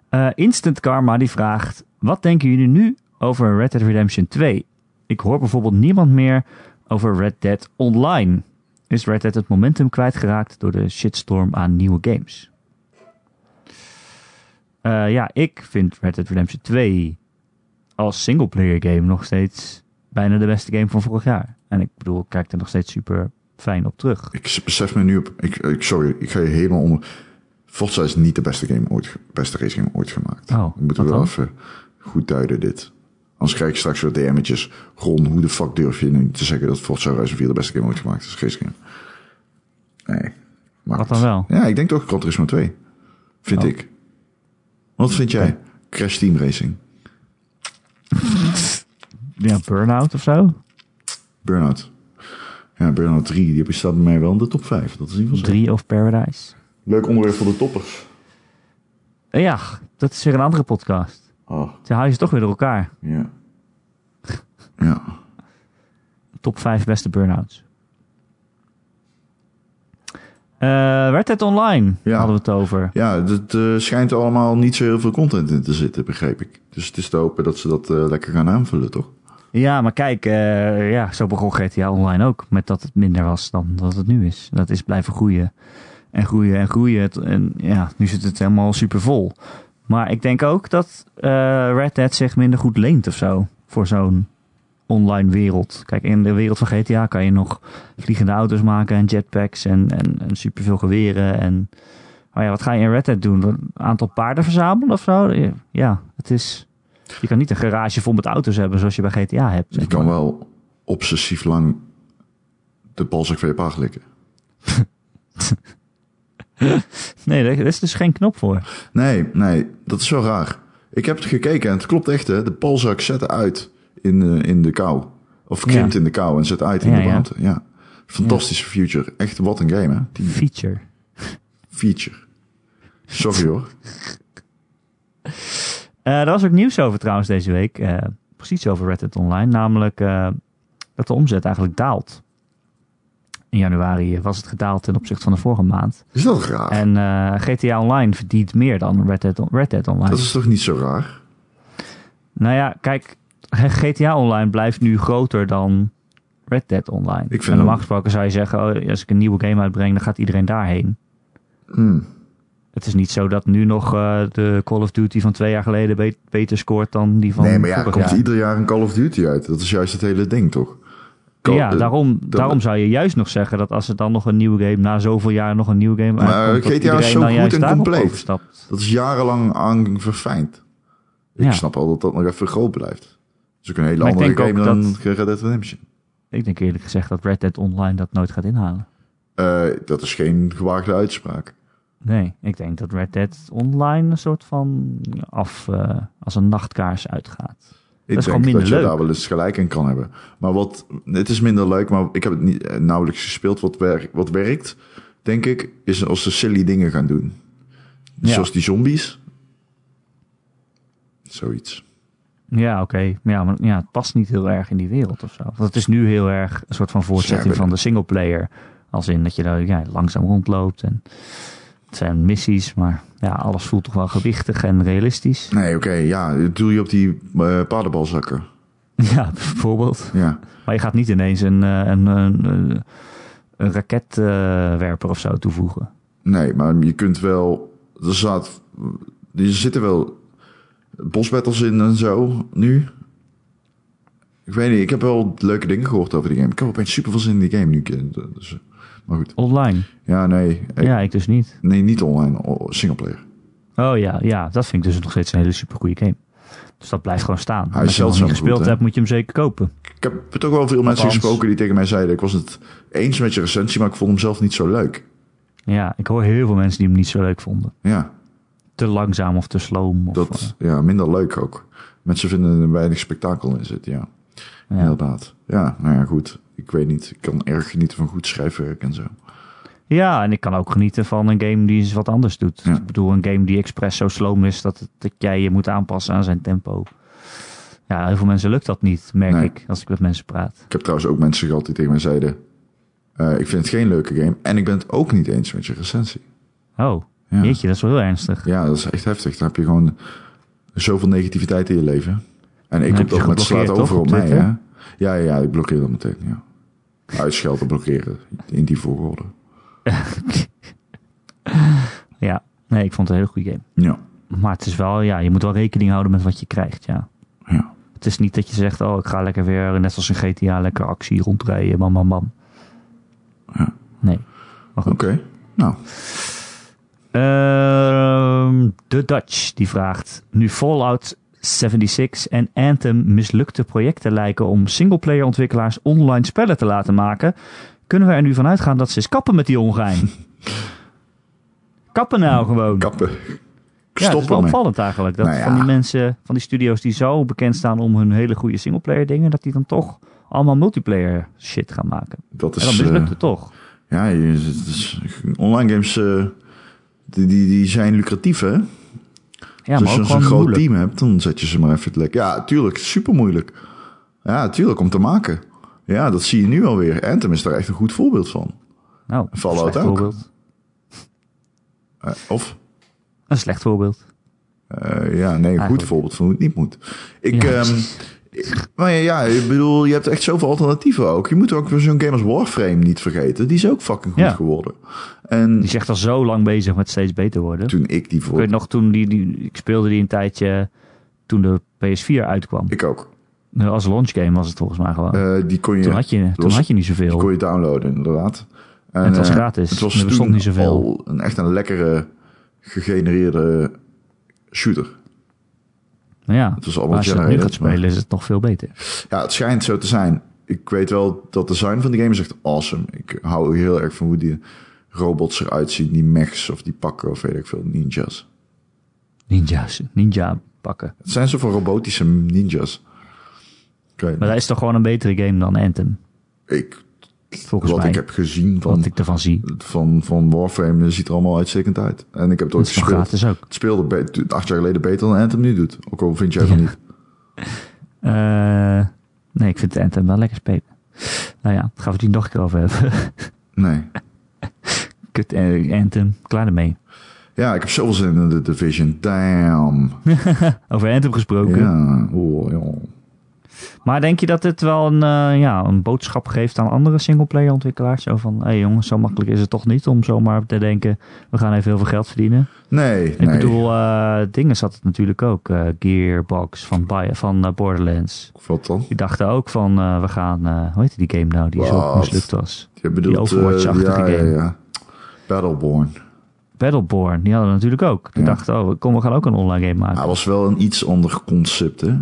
S1: Eh, Instant Karma die vraagt: Wat denken jullie nu over Red Dead Redemption 2? Ik hoor bijvoorbeeld niemand meer over Red Dead Online. is Red Dead het momentum kwijtgeraakt door de shitstorm aan nieuwe games. Eh, ja, ik vind Red Dead Redemption 2 als singleplayer game nog steeds bijna de beste game van vorig jaar. En ik bedoel, ik kijk er nog steeds super fijn op terug.
S2: Ik besef me nu op. Ik, ik, sorry, ik ga je helemaal onder. Forza is niet de beste, game ooit, ge- beste race game ooit gemaakt.
S1: Oh,
S2: ik moet
S1: wat
S2: wel
S1: dan?
S2: even goed duiden dit. Anders krijg ik straks weer DM'tjes. Ron, hoe de fuck durf je nu te zeggen dat Forza Horizon 4 de beste game ooit gemaakt is? Race game. Nee. Maar
S1: Wat dan wel? Oh.
S2: Ja, ik denk toch Gran Turismo 2. Vind ik. Wat vind jij? Crash Team Racing.
S1: Ja, Burnout of zo?
S2: Burnout. Ja, Burnout 3. Die staat bij mij wel in de top 5. Dat is in ieder geval zo.
S1: 3 of Paradise?
S2: Leuk onderwerp voor de toppers.
S1: Eh, ja, dat is weer een andere podcast.
S2: Ah,
S1: Ze haal je ze toch weer door elkaar.
S2: ja. Ja.
S1: Top 5 beste burnouts. Eh Red Dead Online
S2: Ja.
S1: hadden we het over.
S2: Ja, het eh, schijnt allemaal niet zo heel veel content in te zitten, begreep ik. Dus het is te hopen dat ze dat eh, lekker gaan aanvullen, toch?
S1: Ja, maar kijk, eh, ja, zo begon GTA Online ook. Met dat het minder was dan dat het nu is. Dat is blijven groeien. En groeien en groeien. Het- En ja, nu zit het helemaal super vol. Maar ik denk ook dat eh, Red Dead zich minder goed leent of zo. Voor zo'n online wereld. Kijk, in de wereld van GTA kan je nog vliegende auto's maken en jetpacks en, en, en superveel geweren. En, maar ja, wat ga je in Red Dead doen? Een aantal paarden verzamelen of zo? Ja, het is... Je kan niet een garage vol met auto's hebben zoals je bij GTA hebt.
S2: Je
S1: zeg
S2: kan
S1: maar.
S2: wel obsessief lang de balzak van je paag likken.
S1: Nee, daar daar is dus geen knop voor.
S2: Nee, nee, dat is wel raar. Ik heb het gekeken en het klopt echt, hè. De balzak zet uit in, eh, in de kou. Of krimpt in de kou en zet uit in
S1: Ja,
S2: de
S1: ja.
S2: warmte. Ja. Fantastische future. Echt, wat een game, hè. [laughs] Die
S1: Feature.
S2: feature. Sorry, hoor.
S1: Eh er was ook nieuws over trouwens deze week. eh, precies over Red Dead Online. Namelijk eh, dat de omzet eigenlijk daalt. In januari was het gedaald ten opzichte van de vorige maand.
S2: Is dat raar?
S1: En eh, GTA Online verdient meer dan Red Dead, Red Dead Online.
S2: Dat is toch niet zo raar?
S1: Nou ja, kijk, [laughs] GTA Online blijft nu groter dan Red Dead Online.
S2: vind
S1: en normaal
S2: ook-
S1: gesproken zou je zeggen, oh, als ik een nieuwe game uitbreng, dan gaat iedereen daarheen.
S2: Hmm.
S1: Het is niet zo dat nu nog eh, de Call of Duty van twee jaar geleden be- beter scoort dan die van
S2: nee, maar ja, er
S1: vorig
S2: komt
S1: jaar.
S2: ieder jaar een Call of Duty uit. Dat is juist het hele ding, toch? Call-
S1: ja,
S2: eh,
S1: daarom, daarom zou je juist nog zeggen dat als er dan nog een nieuwe game, na zoveel jaar nog een nieuwe game
S2: Maar eh,
S1: uitkomt, dat
S2: GTA is
S1: iedereen
S2: zo
S1: dan
S2: goed
S1: juist
S2: en
S1: daarop
S2: compleet.
S1: overstapt.
S2: Dat is jarenlang aan verfijnd. Ik
S1: Ja.
S2: snap al dat dat nog even groot blijft. Dat is ook een hele
S1: Maar ik
S2: andere
S1: denk
S2: game
S1: ook
S2: dan
S1: dat-
S2: Red Dead Redemption.
S1: Ik denk eerlijk gezegd dat Red Dead Online dat nooit gaat inhalen.
S2: Eh, dat is geen gewaagde uitspraak.
S1: Nee, ik denk dat Red Dead Online een soort van af, eh, als een nachtkaars uitgaat.
S2: Ik
S1: is gewoon
S2: denk
S1: minder
S2: dat je
S1: leuk.
S2: daar wel eens gelijk in kan hebben. Maar wat, het is minder leuk, maar ik heb het niet, eh, nauwelijks gespeeld. Wat, wer- wat werkt, denk ik, is als ze silly dingen gaan doen.
S1: Ja.
S2: Zoals die zombies. Zoiets.
S1: Ja, oké. Maar Ja, maar ja, het past niet heel erg in die wereld of zo. Want het is nu heel erg een soort van voortzetting
S2: Scherper.
S1: van de singleplayer. Als in dat je daar ja, langzaam rondloopt en het zijn missies, maar ja, alles voelt toch wel gewichtig en realistisch.
S2: Nee, oké, ja. Doe je op die eh, paardenbalzakken.
S1: [laughs] Ja, bijvoorbeeld.
S2: Ja.
S1: Maar je gaat niet ineens een, eh, een, een, een, een raketwerper of zo toevoegen.
S2: Nee, maar je kunt wel. Er, staat, er zitten wel bosbattles in en zo nu. Ik weet niet, ik heb wel leuke dingen gehoord over die game. Ik heb opeens super veel zin in die game nu. Dus, eh, maar goed.
S1: Online?
S2: Ja, nee. eh,
S1: Ja, ik dus niet.
S2: Nee, niet online, o- singleplayer.
S1: Oh ja, ja, dat vind ik dus nog steeds een hele supergoeie game. Dus dat blijft gewoon staan.
S2: Hij
S1: Als
S2: is
S1: je hem nog niet
S2: zeldzaam
S1: gespeeld
S2: goed, hè?
S1: hebt, moet je hem zeker kopen.
S2: Ik heb toch wel veel mensen
S1: Althans.
S2: gesproken die tegen mij zeiden: Ik was het eens met je recensie, maar ik vond hem zelf niet zo leuk.
S1: Ja, ik hoor heel veel mensen die hem niet zo leuk vonden.
S2: Ja,
S1: te langzaam of te sloom. Of, eh,
S2: dat, ja minder leuk ook. Mensen vinden er weinig spektakel in zitten, ja.
S1: eh, ja.
S2: Inderdaad. Ja, nou ja, goed. Ik weet niet. Ik kan erg genieten van goed schrijfwerk en zo.
S1: ja, en ik kan ook genieten van een game die eens wat anders doet.
S2: Ja.
S1: Ik bedoel, een game die expres zo sloom is dat, het- dat jij je moet aanpassen aan zijn tempo. Ja, heel veel mensen lukt dat niet, merk
S2: Nee.
S1: ik, als ik met mensen praat.
S2: Ik heb trouwens ook mensen gehad die tegen mij zeiden... eh, ik vind het geen leuke game en ik ben het ook niet eens met je recensie.
S1: Oh,
S2: Ja.
S1: jeetje, dat is wel heel ernstig.
S2: Ja, dat is echt heftig. Dan heb je gewoon zoveel negativiteit in je leven. En ik
S1: heb
S2: heb
S1: je
S2: dat met slaat
S1: geblokkeerd, toch,
S2: over op
S1: op
S2: mij, hè?
S1: Twitter?
S2: Ja, ja, ja, ik blokkeer dat meteen, ja. Uitschelden, blokkeren. In die volgorde.
S1: Ja, nee, ik vond het een heel goede game.
S2: Ja.
S1: Maar het is wel, ja, je moet wel rekening houden met wat je krijgt, ja.
S2: Ja.
S1: Het is niet dat je zegt, oh, ik ga lekker weer, net als een GTA, lekker actie rondrijden, bam, bam, bam.
S2: Ja.
S1: Nee. Maar
S2: Oké.
S1: goed.
S2: Nou.
S1: Ehm, De Dutch, die vraagt, nu Fallout 76 en Anthem mislukte projecten lijken om singleplayer ontwikkelaars online spellen te laten maken, kunnen we er nu van uitgaan dat ze eens kappen met die
S2: [laughs]
S1: ongein? kappen nou gewoon.
S2: Kappen.
S1: Ja, het is wel
S2: Stoppen mee.
S1: opvallend eigenlijk. Dat
S2: Nou ja.
S1: van die mensen, van die studio's die zo bekend staan om hun hele goede singleplayer dingen, dat die dan toch allemaal multiplayer shit gaan maken.
S2: Dat
S1: en dan
S2: is...
S1: mislukt
S2: eh,
S1: het toch.
S2: ja, je- het is- online games... eh, die, die, die zijn lucratief, hè?
S1: Ja, maar
S2: dus als
S1: ook
S2: je een
S1: gewoon
S2: groot
S1: moeilijk.
S2: team hebt, dan zet je ze maar even het lek. Ja, tuurlijk. Super moeilijk. Ja, tuurlijk. Om te maken. Ja, dat zie je nu alweer. Anthem is daar echt een goed voorbeeld van.
S1: Nou,
S2: Een Fallout
S1: slecht
S2: ook.
S1: voorbeeld.
S2: Eh, of...
S1: Een slecht voorbeeld.
S2: Eh, ja, nee, een goed
S1: Eigenlijk.
S2: voorbeeld van hoe het niet moet. Ik,
S1: Ja.
S2: ehm, ik- maar ja, ja, ik bedoel, je hebt echt zoveel alternatieven ook. Je moet ook weer zo'n game als Warframe niet vergeten. Die is ook fucking goed
S1: Ja.
S2: geworden. En
S1: Die zegt al zo lang bezig met steeds beter worden.
S2: toen ik die
S1: Ik
S2: voor...
S1: weet nog, toen die, die, ik speelde die een tijdje toen de PS4 uitkwam.
S2: Ik ook.
S1: Nou, Als launch game was het volgens mij gewoon.
S2: Eh, die kon je,
S1: toen, had je, toen
S2: was-
S1: had je niet
S2: die
S1: zoveel.
S2: kon je downloaden, inderdaad. En,
S1: het was
S2: eh,
S1: gratis.
S2: Het was
S1: Er bestond
S2: toen
S1: niet zoveel.
S2: al een, echt een lekkere, gegenereerde shooter.
S1: Nou ja,
S2: Het was allemaal
S1: maar als je het nu gaat
S2: generated, maar-
S1: spelen is het nog veel beter.
S2: Ja, het schijnt zo te zijn. Ik weet wel dat de design van de game is echt awesome. Ik hou heel erg van hoe die robots eruit zien. Die mechs of die pakken of weet ik veel, ninjas.
S1: Ninja's, ninja pakken.
S2: Het zijn zo van robotische ninjas. Ik weet
S1: Maar dat is toch gewoon een betere game dan Anthem,
S2: niet. Ik,
S1: volgens
S2: wat
S1: mij.
S2: ik heb gezien van,
S1: Wat ik ervan zie.
S2: van, van Warframe dat ziet er allemaal uitstekend uit. En ik heb het
S1: Dat
S2: ooit
S1: is toch
S2: gespeeld.
S1: gratis ook.
S2: Het speelde be- acht jaar geleden beter dan Anthem nu doet. Ook al vind jij van
S1: Ja.
S2: niet.
S1: Eh, nee, ik vind Anthem wel lekker spelen. Nou ja, daar gaan we het hier nog een keer over hebben. [laughs]
S2: Nee.
S1: Kut eh, Anthem, klaar ermee. [laughs]
S2: Ja, ik heb zoveel zin in de Division. Damn.
S1: Over Anthem gesproken.
S2: Ja. Oh, ja.
S1: Maar denk je dat dit wel een, eh, ja, een boodschap geeft aan andere singleplayer ontwikkelaars? Zo van, hé hey jongens, zo makkelijk is het toch niet om zomaar te denken... we gaan even heel veel geld verdienen.
S2: Nee,
S1: Ik
S2: nee.
S1: bedoel, eh, dingen zat het natuurlijk ook. eh, Gearbox van, Bi- van eh, Borderlands.
S2: Wat dan?
S1: Die dachten ook van, eh, we gaan... eh, hoe heette die game nou die zo
S2: Wat?
S1: mislukt was?
S2: Je bedoelt,
S1: Die Overwatch-achtige
S2: eh, ja,
S1: game.
S2: Ja, ja. Battleborn.
S1: Battleborn, die hadden we natuurlijk ook. Die
S2: Ja. Ah.
S1: dachten, oh, kom, we gaan ook een online game maken.
S2: Hij was wel een iets ander concept, hè?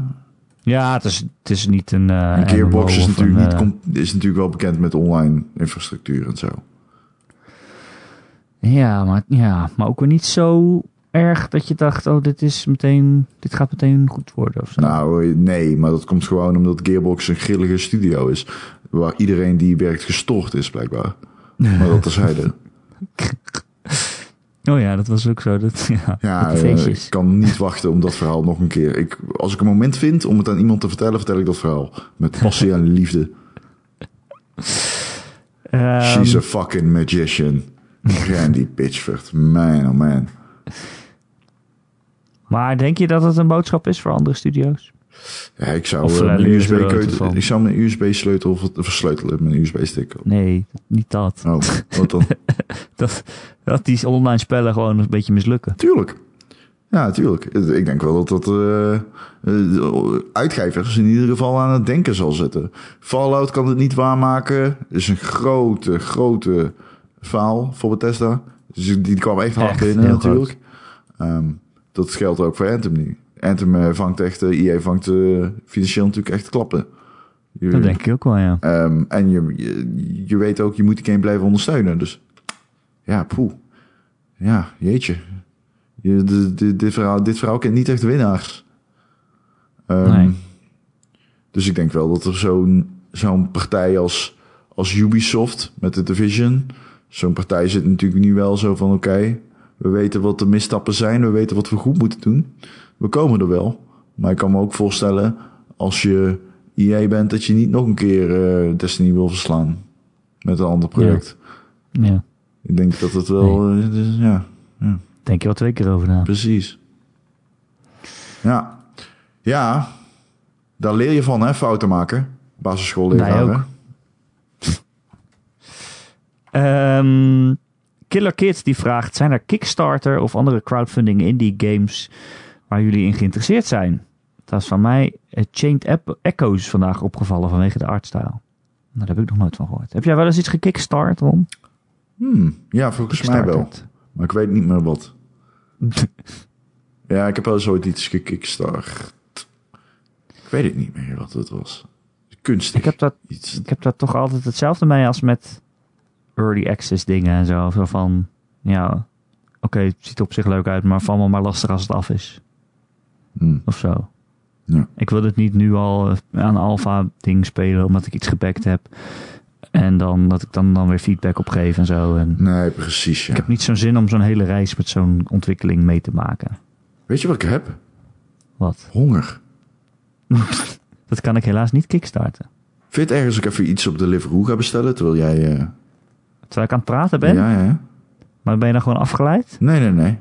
S1: Ja, het is, het is niet een... eh,
S2: Een Gearbox
S1: MMO of
S2: is natuurlijk,
S1: een,
S2: niet,
S1: eh,
S2: com- is natuurlijk wel bekend met online infrastructuur en zo.
S1: Ja maar, ja, maar ook weer niet zo erg dat je dacht, oh, dit, is meteen, dit gaat meteen goed worden of zo.
S2: Nou, eh, nee, maar dat komt gewoon omdat Gearbox een grillige studio is. Waar iedereen die werkt gestort is,
S1: [laughs]
S2: blijkbaar. Maar dat terzijde.
S1: Oh ja, dat was ook zo. Dat, [laughs] ja,
S2: Ja,
S1: met die
S2: eh,
S1: feestjes.
S2: ik kan niet [laughs] wachten om dat verhaal nog een keer... Ik, als ik een moment vind om het aan iemand te vertellen, vertel ik dat verhaal. Met passie en liefde.
S1: [laughs] Ehm,
S2: She's a fucking magician. Randy Pitchford. Man, oh man.
S1: maar denk je dat het een boodschap is voor andere studio's?
S2: Ja, ik zou
S1: Of
S2: eh,
S1: verleiden
S2: mijn
S1: jullie er wel
S2: USB-sleutel
S1: van?
S2: ik zou mijn USB-sleutel ver- versleutelen met mijn USB-stick.
S1: Nee, niet dat. [laughs]
S2: Oh, wat dan?
S1: dat. Dat die online spellen gewoon een beetje mislukken.
S2: tuurlijk. Ja, tuurlijk. Ik denk wel dat dat eh, eh, de uitgevers in ieder geval aan het denken zal zetten. Fallout kan het niet waarmaken. Is een grote, grote faal voor Bethesda. Dus die kwam echt hard
S1: Echt,
S2: binnen
S1: heel
S2: natuurlijk. Ehm, dat geldt ook voor Anthem nu. Anthem eh, vangt echt, eh, EA vangt eh, financieel natuurlijk echt klappen. Je-
S1: Dat denk ik ook wel, ja.
S2: Ehm, en je, je, je weet ook, je moet die game blijven ondersteunen. Dus ja, poeh. Ja, jeetje. Je, de- de- dit, verhaal, dit verhaal kent niet echt winnaars. Ehm,
S1: Nee.
S2: Dus ik denk wel dat er zo'n zo'n partij als, als Ubisoft met de Division... Zo'n partij zit natuurlijk nu wel zo van... Oké, we weten wat de misstappen zijn. We weten wat we goed moeten doen. We komen er wel. Maar ik kan me ook voorstellen als je EA bent... dat je niet nog een keer eh, Destiny wil verslaan met een ander project.
S1: ja.
S2: Ik denk dat het wel... eh, dus, ja,
S1: Denk je wel twee keer over na.
S2: precies. Ja. Ja. Daar leer je van, hè? Fouten maken. Basisschool
S1: Wij ook. Ehm, Killer Kids die vraagt: zijn er Kickstarter of andere crowdfunding indie games waar jullie in geïnteresseerd zijn? Dat is van mij eh, Chained Ep- Echoes vandaag opgevallen vanwege de artstyle. Nou, daar heb ik nog nooit van gehoord. Heb jij wel eens iets gekickstart, Ron?
S2: Hmm, ja, volgens mij wel.
S1: Kickstarted.
S2: Maar ik weet niet meer
S1: [laughs]
S2: wat. ja, ik heb wel eens ooit iets gekickstart. Ik weet het niet meer wat het was. Kunstig.
S1: Ik heb dat
S2: iets.
S1: ik heb daar toch altijd hetzelfde mee als met early access dingen en zo. Zo van, ja, oké, het ziet er op zich leuk uit, maar van me maar lastig als het af is.
S2: Hmm.
S1: Of zo.
S2: Ja.
S1: Ik wil het niet nu al eh, aan alpha ding spelen, omdat ik iets gebackt heb. En dan dat ik dan, dan weer feedback op geef en zo. En
S2: Nee, precies. Ja.
S1: Ik heb niet zo'n zin om zo'n hele reis met zo'n ontwikkeling mee te maken.
S2: Weet je wat ik heb?
S1: Wat?
S2: Honger.
S1: Dat kan ik helaas niet kickstarten.
S2: Vind je het ergens ook even iets op de Deliveroo ga bestellen? Terwijl jij... eh,
S1: Terwijl ik aan het praten ben,
S2: Ja, ja.
S1: maar ben je dan gewoon afgeleid?
S2: Nee, nee, nee.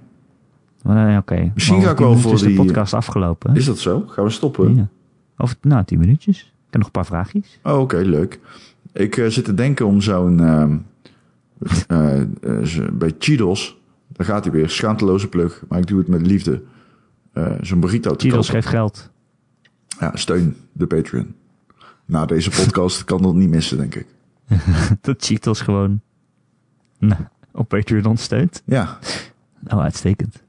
S1: Maar, eh, Oké.
S2: Misschien
S1: Maar
S2: ga
S1: over 10 minuten
S2: ik wel voor
S1: is de
S2: die- eh,
S1: podcast afgelopen.
S2: Is dat zo? Gaan we stoppen?
S1: Ja. Over, nou, tien minuutjes. Ik heb nog een paar vraagjes.
S2: Oh, oké, leuk. Ik eh, zit te denken om zo'n... ehm, [laughs] eh, eh, zo- bij Cheetos, daar gaat hij weer, schaamteloze plug. Maar ik doe het met liefde. Eh, zo'n burrito te
S1: Cheetos
S2: kopen.
S1: geeft geld. [laughs]
S2: Ja, steun de Patreon. Na deze podcast kan dat niet missen, denk ik.
S1: Dat Cheetos gewoon nou, op Patreon ondersteunt.
S2: Ja,
S1: Nou, uitstekend.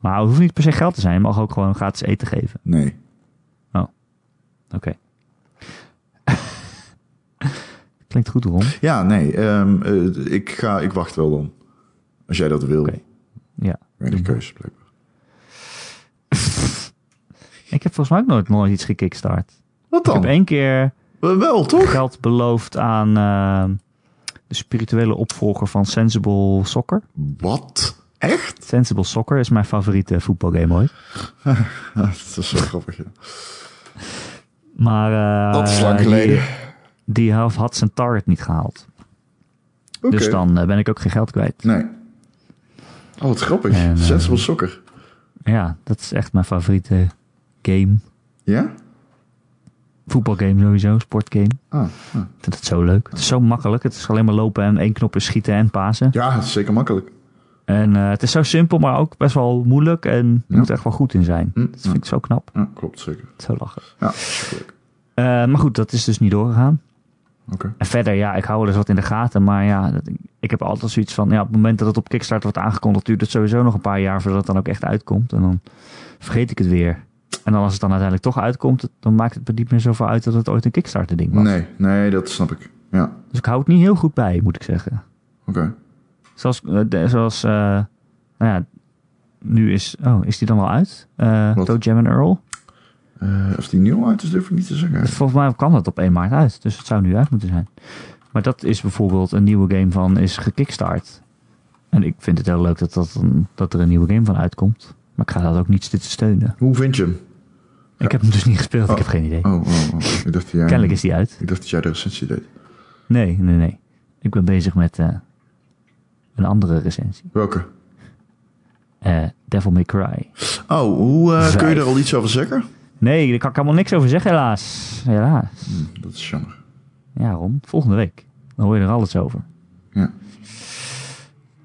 S1: Maar het hoeft niet per se geld te zijn. Je mag ook gewoon gratis eten geven.
S2: nee.
S1: Oké. [laughs] Klinkt goed, Ron.
S2: Ja, nee. ehm, eh, ik, ga, ik wacht wel dan. Als jij dat wil.
S1: Oké. Ja.
S2: Weinig keus, blijkbaar.
S1: Ik heb volgens mij ook nooit, nooit iets gekickstart.
S2: Wat
S1: Ik
S2: dan?
S1: heb één keer
S2: Eh, Wel, toch?
S1: geld beloofd aan eh, de spirituele opvolger van Sensible Soccer.
S2: Wat? Echt?
S1: Sensible Soccer is mijn favoriete voetbalgame ooit.
S2: Ah, [laughs] dat is wel grappig, ja.
S1: Maar eh,
S2: Dat is lang geleden.
S1: Die, die had, had zijn target niet gehaald.
S2: Oké.
S1: Dus dan eh, ben ik ook geen geld kwijt.
S2: Nee. Oh, wat grappig.
S1: En, eh,
S2: Sensible Soccer.
S1: Ja, dat is echt mijn favoriete game.
S2: Ja?
S1: Voetbalgame sowieso, sportgame.
S2: Ah, ah.
S1: Ik vind het zo leuk. Het is zo makkelijk. Het is alleen maar lopen en één knop is schieten en pasen.
S2: Ja, dat is zeker makkelijk.
S1: En eh, het is zo simpel, maar ook best wel moeilijk. En je
S2: Ja.
S1: moet er echt wel goed in zijn.
S2: Hm,
S1: Dat vind ik zo knap.
S2: Ja, klopt, zeker.
S1: Zo lachen.
S2: Ja, superleuk.
S1: Eh, maar goed, dat is dus niet doorgegaan.
S2: Oké.
S1: En verder, ja, ik hou wel eens wat in de gaten. Maar ja, dat, ik heb altijd zoiets van... Ja, op het moment dat het op Kickstarter wordt aangekondigd... duurt het sowieso nog een paar jaar voordat het dan ook echt uitkomt. En dan vergeet ik het weer. En dan als het dan uiteindelijk toch uitkomt... het- dan maakt het me niet meer zoveel uit dat het ooit een Kickstarter ding was.
S2: Nee, nee, dat snap ik. Ja,
S1: Dus ik hou het niet heel goed bij, moet ik zeggen.
S2: oké.
S1: Zoals... eh, de- zoals eh, nou ja, nu is... Oh, is die dan al uit? Eh
S2: Wat?
S1: Toe Jam and Earl?
S2: Eh, of die nieuw uit is, durf ik niet te zeggen.
S1: Volgens mij kwam dat op 1 maart uit. Dus het zou nu uit moeten zijn. Maar dat is bijvoorbeeld een nieuwe game van is gekickstart. En ik vind het heel leuk dat, dat, een- dat er een nieuwe game van uitkomt. Maar ik ga dat ook niet zitten steunen.
S2: Hoe vind je hem?
S1: Ik heb hem dus niet gespeeld. Ik heb geen idee.
S2: Oh, oh, oh. Ik dacht dat jij,
S1: Kennelijk is die uit.
S2: ik dacht dat jij de recensie deed.
S1: Nee, nee, nee. Ik ben bezig met eh, een andere recensie.
S2: Welke?
S1: Eh, Devil May Cry.
S2: Oh, hoe eh,
S1: Vijf.
S2: kun je er al iets over zeggen?
S1: Nee, daar kan ik helemaal niks over zeggen helaas. Helaas.
S2: Hm, Dat is jammer.
S1: Ja, Ron. Volgende week. Dan hoor je er alles over.
S2: Ja.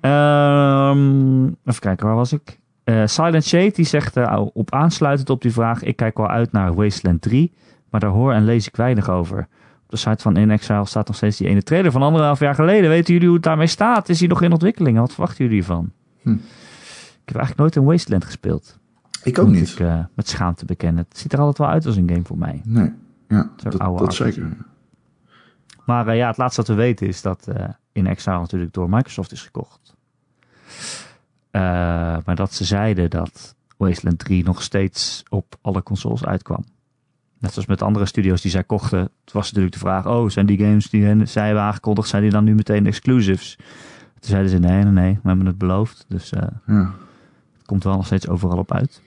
S1: Ehm, even kijken, waar was ik? Eh, Silent Shade die zegt eh, op aansluitend op die vraag: Ik kijk wel uit naar Wasteland 3, maar daar hoor en lees ik weinig over. Op de site van In Exile staat nog steeds die ene trailer van anderhalf jaar geleden. Weten jullie hoe het daarmee staat? Is die nog in ontwikkeling? Wat verwachten jullie ervan?
S2: Hm.
S1: Ik heb eigenlijk nooit een Wasteland gespeeld.
S2: Ik ook
S1: moet
S2: niet.
S1: Ik, eh, met schaamte bekennen. Het ziet er altijd wel uit als een game voor mij.
S2: Nee. Ja,
S1: Zo'n
S2: dat,
S1: oude
S2: dat
S1: RPG.
S2: zeker.
S1: Maar eh, ja, het laatste wat we weten is dat eh, In Exile natuurlijk door Microsoft is gekocht. Eh, maar dat ze zeiden dat Wasteland 3 nog steeds op alle consoles uitkwam. Net zoals met andere studio's die zij kochten. Het was natuurlijk de vraag, oh, zijn die games die hen- zij hebben aangekondigd, zijn die dan nu meteen exclusives? Toen zeiden ze, nee, nee, nee, we hebben het beloofd. Dus eh,
S2: Ja.
S1: het komt wel nog steeds overal op uit.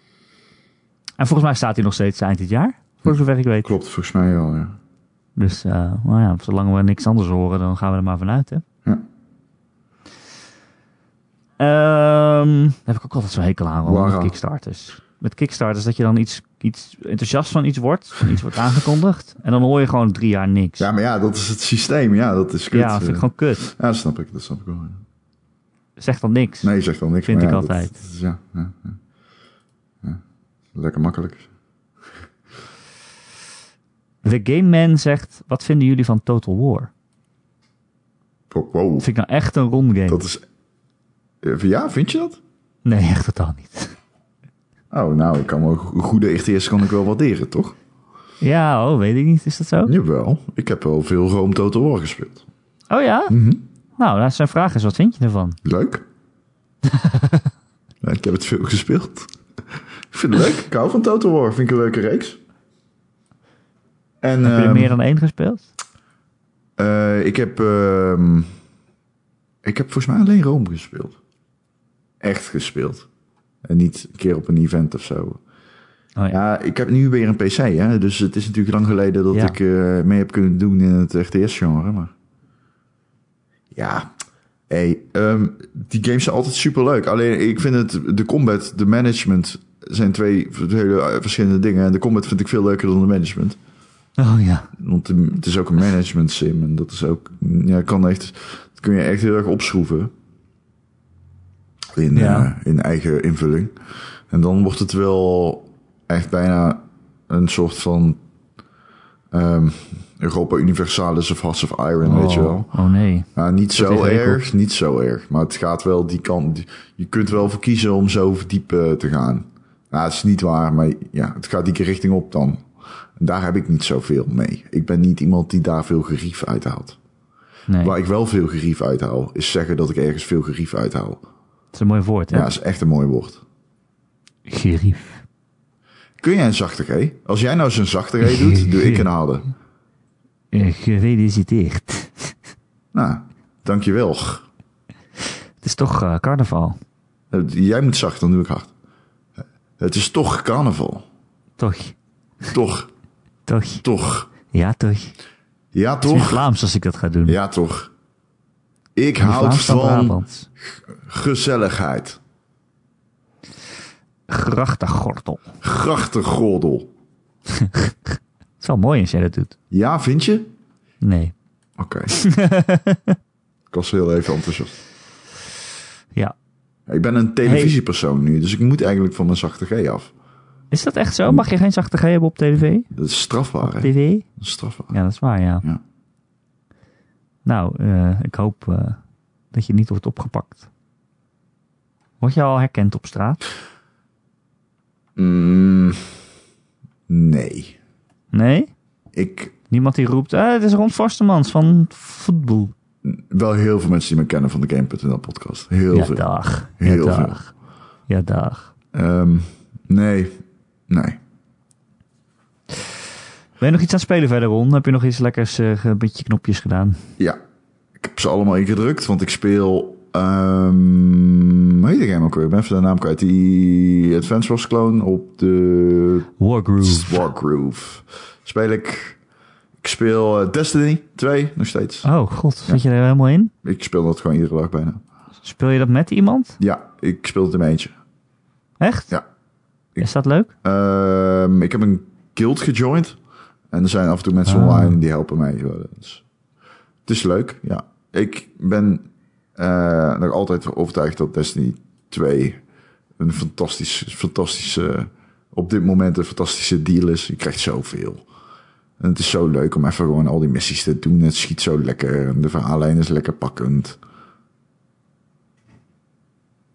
S1: En volgens mij staat hij nog steeds eind dit jaar, voor zover ik weet.
S2: Klopt, volgens mij wel, ja.
S1: Dus eh nou ja, zolang we niks anders horen, dan gaan we er maar vanuit, hè?
S2: Ja.
S1: Ehm, daar heb ik ook altijd zo'n hekel aan, Ron, met
S2: Waaraan?
S1: Kickstarters. Met Kickstarters dat je dan iets iets enthousiast van iets wordt, van iets
S2: [laughs]
S1: wordt aangekondigd. En dan hoor je gewoon drie jaar niks.
S2: Ja, maar ja, dat is het systeem. Ja, dat is kut. eh.
S1: Ja, dat vind ik gewoon kut.
S2: Ja, dat snap ik. Dat snap ik wel. ja.
S1: Zegt dan niks.
S2: Nee, zegt dan niks.
S1: Vind
S2: maar
S1: ik
S2: ja, dat-
S1: altijd.
S2: dat is- ja, ja, ja. Ja, Lekker makkelijk.
S1: The Game Man zegt, wat vinden jullie van Total War?
S2: Wow, Wow.
S1: Vind ik nou echt een rond game?
S2: Dat is... Eh, Ja, vind je dat?
S1: Nee, echt totaal niet. [laughs]
S2: Oh, nou, ik kan wel een goede RTS kan ik wel waarderen, toch?
S1: Ja, oh, weet ik niet. Is dat zo?
S2: Jawel. Ik heb wel veel Rome Total War gespeeld.
S1: Oh ja?
S2: Mhm.
S1: Nou, nou, zijn vraag is, wat vind je ervan?
S2: Leuk. [laughs] Ja, ik heb het veel gespeeld. ik vind het leuk. Ik hou van Total War. Vind ik een leuke reeks. En,
S1: Heb je er
S2: ehm,
S1: meer dan één gespeeld?
S2: eh, ik heb... ehm, ik heb volgens mij alleen Rome gespeeld. Echt gespeeld. En niet een keer op een event of zo.
S1: Oh ja.
S2: Ja, ik heb nu weer een PC, hè? dus het is natuurlijk lang geleden dat
S1: Ja.
S2: ik eh, mee heb kunnen doen in het RTS-genre. Maar ja, hey, ehm, die games zijn altijd super leuk. Alleen ik vind het, de combat, de management zijn twee hele eh, verschillende dingen. En de combat vind ik veel leuker dan de management.
S1: Oh ja.
S2: Want de- het is ook een management sim en dat is ook, ja, kan echt, dat kun je echt heel erg opschroeven. In,
S1: Ja.
S2: eh, in eigen invulling. En dan wordt het wel echt bijna een soort van ehm, Europa Universalis of Hearts of Iron, weet je wel.
S1: Oh nee.
S2: Nou, niet zo
S1: ingewikkeld.
S2: erg, niet zo erg. Maar het gaat wel die kant. die- Je kunt wel voor kiezen om zo verdiepen te gaan. Nou, het is niet waar, maar ja, het gaat die richting op dan. En daar heb ik niet zoveel mee. Ik ben niet iemand die daar veel gerief uit haalt.
S1: Nee.
S2: Waar ik wel veel gerief uit haal, is zeggen dat ik ergens veel gerief uit haal.
S1: Dat is een mooi woord, hè?
S2: Ja, is echt een mooi woord.
S1: Gerief.
S2: Kun jij een zachte G? Als jij nou zo'n zachte G doet, doe ik een harde.
S1: Eh, Gefeliciteerd.
S2: Nou, dankjewel.
S1: Het is toch eh, carnaval.
S2: Eh, Jij moet zacht, dan doe ik hard. Eh, Het is toch carnaval.
S1: Toch.
S2: Toch,
S1: Toch.
S2: toch.
S1: Ja, toch. Het
S2: Ja,
S1: is weer
S2: toch?
S1: Vlaams als ik dat ga doen.
S2: Ja, toch. Ik
S1: Meer
S2: houd
S1: Vlaams dan
S2: van
S1: Brabants.
S2: gezelligheid.
S1: Grachtengordel.
S2: Grachtengordel.
S1: Het is wel mooi als jij dat doet.
S2: Ja, vind je?
S1: Nee.
S2: Oké.
S1: [laughs]
S2: ik was heel even enthousiast.
S1: Ja.
S2: Ik ben een televisiepersoon nu, dus ik moet eigenlijk van mijn zachte G af.
S1: Is dat echt zo? Mag je geen zachte G hebben op tv?
S2: Dat is strafbaar, hè?
S1: TV?
S2: Dat is strafbaar.
S1: Ja, dat is waar, ja.
S2: Ja.
S1: Nou, eh, ik hoop eh, dat je niet wordt opgepakt. Word je al herkend op straat?
S2: Mm, nee.
S1: Nee?
S2: Ik...
S1: Niemand die roept, eh, het is Ron Forstemans van voetbal.
S2: Wel heel veel mensen die me kennen van de Game.nl podcast. Heel
S1: Ja,
S2: veel.
S1: dag.
S2: Heel
S1: ja,
S2: veel.
S1: dag. Ja, dag.
S2: Ehm, nee. Nee.
S1: Ben je nog iets aan het spelen verder, Ron? Heb je nog iets lekkers, eh, een beetje knopjes gedaan?
S2: Ja, ik heb ze allemaal ingedrukt, want ik speel. ehm hoe heet die game ook weer? Ik ben even de naam kwijt. Die Advance Wars clone op de
S1: Wargroove.
S2: Wargroove. Speel ik. Ik speel eh, Destiny 2 nog steeds.
S1: Oh, god. Zit je er helemaal in?
S2: Ik speel dat gewoon iedere dag bijna.
S1: Speel je dat met iemand?
S2: Ja, ik speel het in mijn eentje.
S1: Echt?
S2: Ja.
S1: Is dat leuk?
S2: Ehm, ik heb een guild gejoind. En er zijn af en toe mensen
S1: Ah.
S2: online die helpen mij. Dus het is leuk, ja. Ik ben eh, nog altijd overtuigd dat Destiny 2 een fantastisch, fantastische, op dit moment een fantastische deal is. Je krijgt zoveel. En het is zo leuk om even gewoon al die missies te doen. Het schiet zo lekker. En de verhaallijn is lekker pakkend.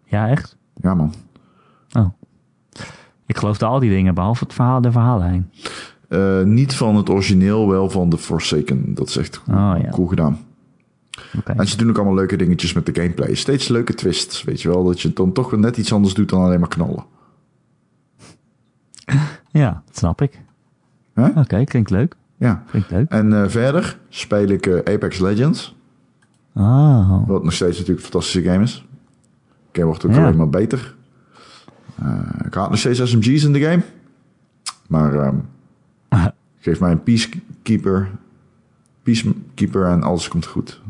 S1: Ja, echt?
S2: Ja, man.
S1: Oh. Ik geloofde al die dingen, behalve het verhaal, de verhaallijn.
S2: Eh, niet van het origineel, wel van The Forsaken. Dat is echt
S1: Oh, ja.
S2: cool gedaan.
S1: Oké.
S2: En ze doen ook allemaal leuke dingetjes met de gameplay. Steeds leuke twists, weet je wel. Dat je het dan toch weer net iets anders doet dan alleen maar knallen.
S1: Ja, dat snap ik.
S2: Hè?
S1: Oké, klinkt leuk.
S2: Ja.
S1: Klinkt leuk.
S2: En eh, verder speel ik eh, Apex Legends.
S1: Oh.
S2: Wat nog steeds natuurlijk een fantastische game is. De game wordt ook
S1: Ja.
S2: alleen maar beter. Eh, ik haat nog steeds SMG's in de game. Maar
S1: [laughs]
S2: ehm, geef mij een peacekeeper. Peacekeeper en alles komt goed.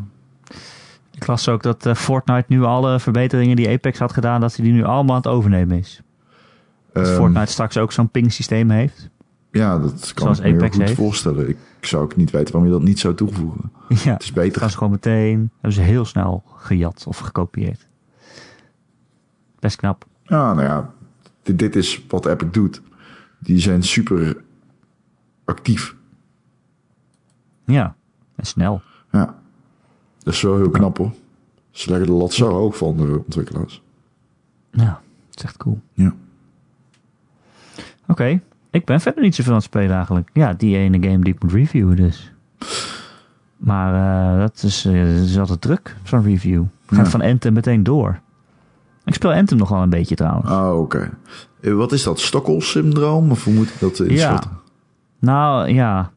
S1: Ik las ook dat eh, Fortnite nu alle verbeteringen die Apex had gedaan, dat ze die nu allemaal aan het overnemen is. Dat
S2: Ehm,
S1: Fortnite straks ook zo'n ping systeem
S2: [laughs]
S1: heeft.
S2: Ja, dat kan
S1: Zoals
S2: ik me heel
S1: Apex
S2: goed
S1: heeft.
S2: voorstellen. Ik zou ook niet weten waarom je dat niet zou toevoegen.
S1: ja,
S2: Het is beter.
S1: Dus gaan ze gewoon meteen. Hebben ze heel snel gejat of gekopieerd. Best knap.
S2: Ja, nou ja, dit, dit is wat Epic doet. Die zijn super actief.
S1: Ja, en snel.
S2: Ja. Dat is wel heel knap hoor. Ze leggen de lat zo hoog van de ontwikkelaars.
S1: Ja, dat is echt cool.
S2: Ja.
S1: Oké, ik ben verder niet zoveel aan het spelen eigenlijk. Ja, die ene game die ik moet reviewen dus. Maar eh, dat, is, eh, dat is altijd druk, zo'n review. Gaat
S2: Ja.
S1: van Anthem meteen door. Ik speel Anthem nog wel een beetje trouwens.
S2: Ah, oké. Eh, Wat is dat? Stockholm-syndroom? Of hoe moet ik dat inschatten?
S1: Nou ja,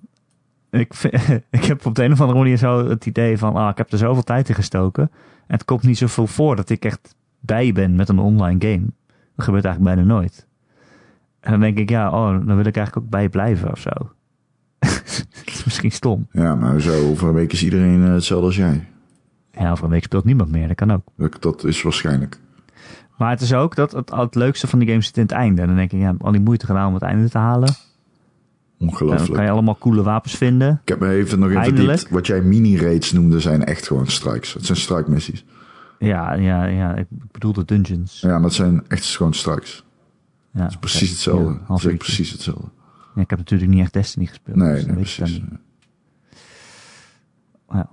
S1: ik, vind- [laughs] ik heb op de een of andere manier zo het idee van, ah, ik heb er zoveel tijd in gestoken. En het komt niet zoveel voor dat ik echt bij ben met een online game. Dat gebeurt eigenlijk bijna nooit. En dan denk ik, ja, oh, dan wil ik eigenlijk ook bij blijven of zo. [laughs] Het is misschien stom.
S2: Ja. maar zo over een week is iedereen eh, hetzelfde als jij.
S1: Ja, over een week speelt niemand meer, dat kan ook.
S2: Dat, dat is waarschijnlijk.
S1: Maar het is ook dat het, het leukste van die game zit in het einde. En dan denk ik, ja, al die moeite gedaan om het einde te halen. En dan
S2: Ongelooflijk.
S1: kan je allemaal coole wapens vinden.
S2: Ik heb me even nog in verdiept.
S1: Eindelijk.
S2: Wat jij mini-raids noemde zijn echt gewoon strikes. Het zijn strike-missies.
S1: Ja, ja, ja, ik bedoel de dungeons.
S2: Ja, dat zijn echt gewoon strikes.
S1: Ja,
S2: Precies
S1: oké.
S2: hetzelfde.
S1: Ja,
S2: het
S1: half
S2: is echt
S1: uurtje.
S2: precies hetzelfde.
S1: Ja, ik heb natuurlijk niet echt Destiny gespeeld.
S2: Nee,
S1: dus
S2: nee,
S1: dan weet ik
S2: precies.
S1: dan niet. Ja.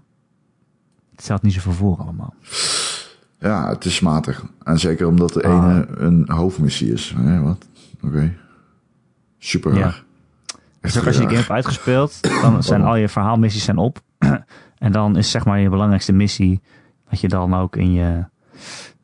S1: Het staat niet zoveel voor allemaal.
S2: Ja, het is matig. En zeker omdat de
S1: Ah.
S2: ene een hoofdmissie is. Hè, wat? Oké. Super
S1: Ja.
S2: raar. Echt
S1: Dus ook als je die game
S2: raar.
S1: hebt
S2: [clears throat]
S1: uitgespeeld, dan zijn al je verhaalmissies zijn op. [clears throat] en dan is zeg maar je belangrijkste missie, wat je dan ook in je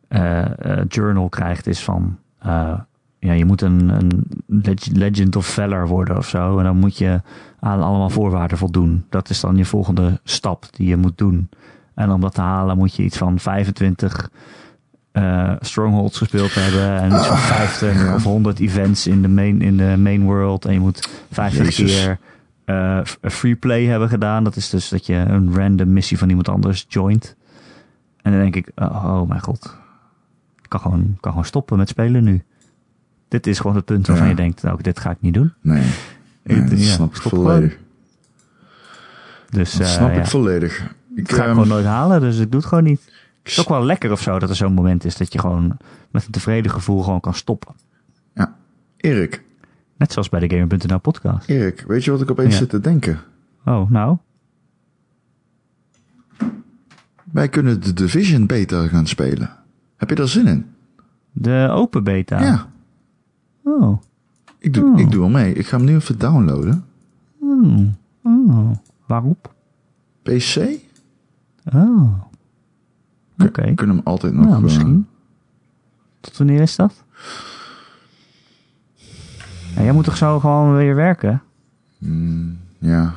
S1: eh, eh, journal krijgt, is van... eh, ja, je moet een, een leg- Legend of Valor worden of zo. En dan moet je aan allemaal voorwaarden voldoen. Dat is dan je volgende stap die je moet doen. En om dat te halen moet je iets van 25 eh, strongholds gespeeld hebben. En iets van 50
S2: ja.
S1: of 100 events in de, main, in de main world. En je moet 50
S2: Jezus.
S1: keer eh, f- free play hebben gedaan. Dat is dus dat je een random missie van iemand anders joint. En dan denk ik, oh, oh mijn god. Ik kan gewoon, ik kan gewoon stoppen met spelen nu. Dit is gewoon het punt waarvan
S2: Ja.
S1: je denkt, nou, dit ga ik niet doen.
S2: Nee, nee
S1: Ik-
S2: dat
S1: ja,
S2: snap ik
S1: stop
S2: volledig.
S1: Dus
S2: Dat
S1: eh,
S2: snap
S1: ja,
S2: ik volledig. Ik,
S1: dat ga ik
S2: ehm,
S1: gewoon nooit halen, dus ik doe het gewoon niet.
S2: ik
S1: Het is ook wel lekker of zo dat er zo'n moment is dat je gewoon met een tevreden gevoel gewoon kan stoppen.
S2: Ja. Erik,
S1: Net zoals bij de Gamer.nl podcast.
S2: Erik, weet je wat ik opeens
S1: Ja.
S2: zit te denken?
S1: Oh, nou.
S2: Wij kunnen de Division beter gaan spelen. Heb je daar zin in?
S1: De open beta.
S2: Ja,
S1: Oh.
S2: ik doe,
S1: Oh.
S2: ik doe wel mee. Ik ga hem nu even downloaden.
S1: Hmm. oh. Waarop?
S2: PC?
S1: Oh. Oké.
S2: We kunnen hem altijd nog...
S1: Nou,
S2: eh,
S1: misschien. Tot wanneer is dat? Ja, jij moet toch zo gewoon weer werken?
S2: eh, mm, ja.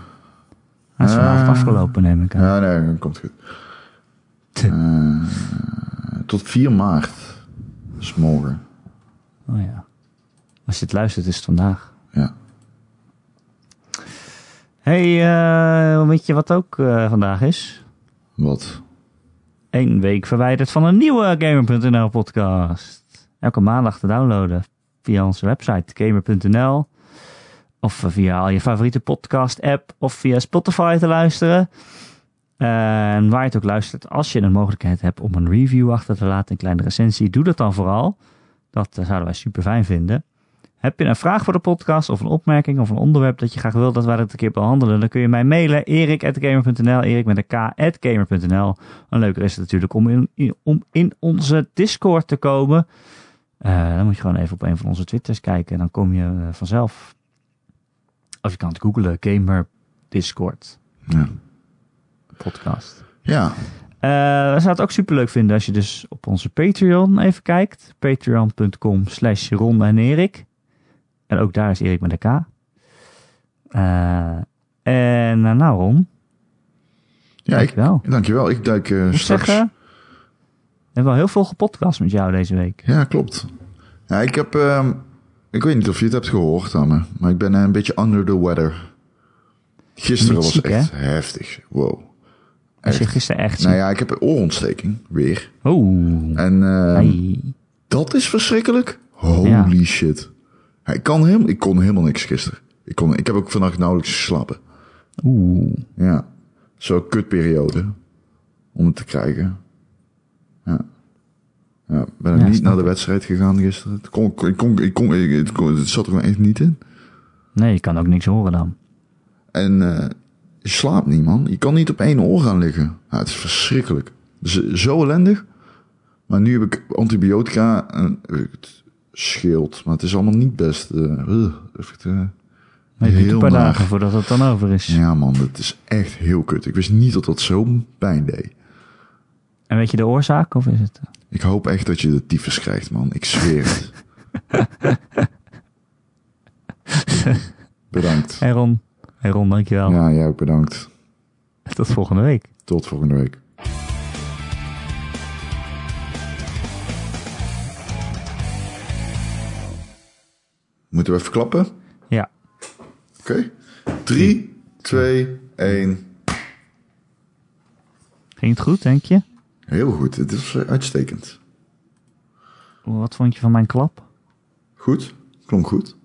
S1: Hij is vanavond
S2: Eh.
S1: afgelopen, neem ik aan.
S2: Ja, nee, dat komt goed. Eh, tot 4 maart. Dat is morgen.
S1: Oh ja. Als je het luistert, is het vandaag.
S2: Ja.
S1: hey, eh, weet je wat ook eh, vandaag is?
S2: Wat?
S1: Eén week verwijderd van een nieuwe Gamer.nl podcast. Elke maandag te downloaden via onze website gamer.nl. Of via al je favoriete podcast app of via Spotify te luisteren. En waar je het ook luistert, als je een mogelijkheid hebt om een review achter te laten, een kleine recensie, doe dat dan vooral. Dat eh, zouden wij super fijn vinden. Heb je een vraag voor de podcast of een opmerking of een onderwerp dat je graag wilt dat wij dat een keer behandelen, dan kun je mij mailen erik.gamer.nl, erik met een k.gamer.nl. En leuker is het natuurlijk om in, in- om in onze Discord te komen. Eh, dan moet je gewoon even op een van onze Twitters kijken en dan kom je eh, vanzelf. Of je kan het googlen, Gamer Discord
S2: Ja.
S1: podcast.
S2: Ja.
S1: Eh we zouden het ook super leuk vinden als je dus op onze Patreon even kijkt. Patreon.com slash Ron en Erik. En ook daar is Erik met een K. Eh, en eh, nou Ron,
S2: ja ik,
S1: dankjewel.
S2: dankjewel. Ik duik eh
S1: Ik moet
S2: straks...
S1: zeggen, we hebben wel heel veel gepodcast met jou deze week.
S2: Ja, klopt. Ja, ik heb... ehm, ik weet niet of je het hebt gehoord aan me, maar ik ben eh, een beetje under the weather. Gisteren
S1: Niet
S2: was
S1: ziek,
S2: echt heftig. Wow.
S1: Als je
S2: Echt.
S1: gisteren echt
S2: Nou ja, ik heb een oorontsteking, weer.
S1: Oh.
S2: En eh,
S1: Ai.
S2: dat is verschrikkelijk. Holy shit. Ja, ik, kan helemaal, ik kon helemaal niks gisteren. Ik, kon, ik heb ook vannacht nauwelijks geslapen.
S1: Oeh.
S2: Ja. Zo'n kutperiode. Om het te krijgen. Ja. Ja, ben ik
S1: Ja,
S2: niet
S1: snap
S2: naar de wedstrijd gegaan gisteren. Het, kon, ik kon, ik kon, ik- het, kon- het zat er gewoon echt niet in.
S1: Nee, je kan ook niks horen dan.
S2: En eh, je slaapt niet, man. Je kan niet op één oor gaan liggen. Ja, het is verschrikkelijk. Dus zo ellendig. Maar nu heb ik antibiotica. En, eh, het scheelt. Maar het is allemaal niet best. eh, ugh, echt, eh,
S1: Maar je duurt een
S2: Heel
S1: paar
S2: naar.
S1: dagen voordat het dan over is.
S2: ja, man. Het is echt heel kut. Ik wist niet dat dat zo'n pijn deed.
S1: En weet je de oorzaak of is het?
S2: Ik hoop echt dat je de tyfus krijgt, man. Ik zweer het. bedankt.
S1: Hey Ron. Hey Ron, dankjewel.
S2: Ja, jij ook bedankt.
S1: Tot volgende week.
S2: Tot volgende week. Moeten we even klappen? Oké.
S1: Ja.
S2: 3, 2, 1.
S1: Ging het goed, denk je?
S2: Heel goed. Dit is eh, uitstekend.
S1: Wat vond je van mijn klap?
S2: Goed. Klonk goed.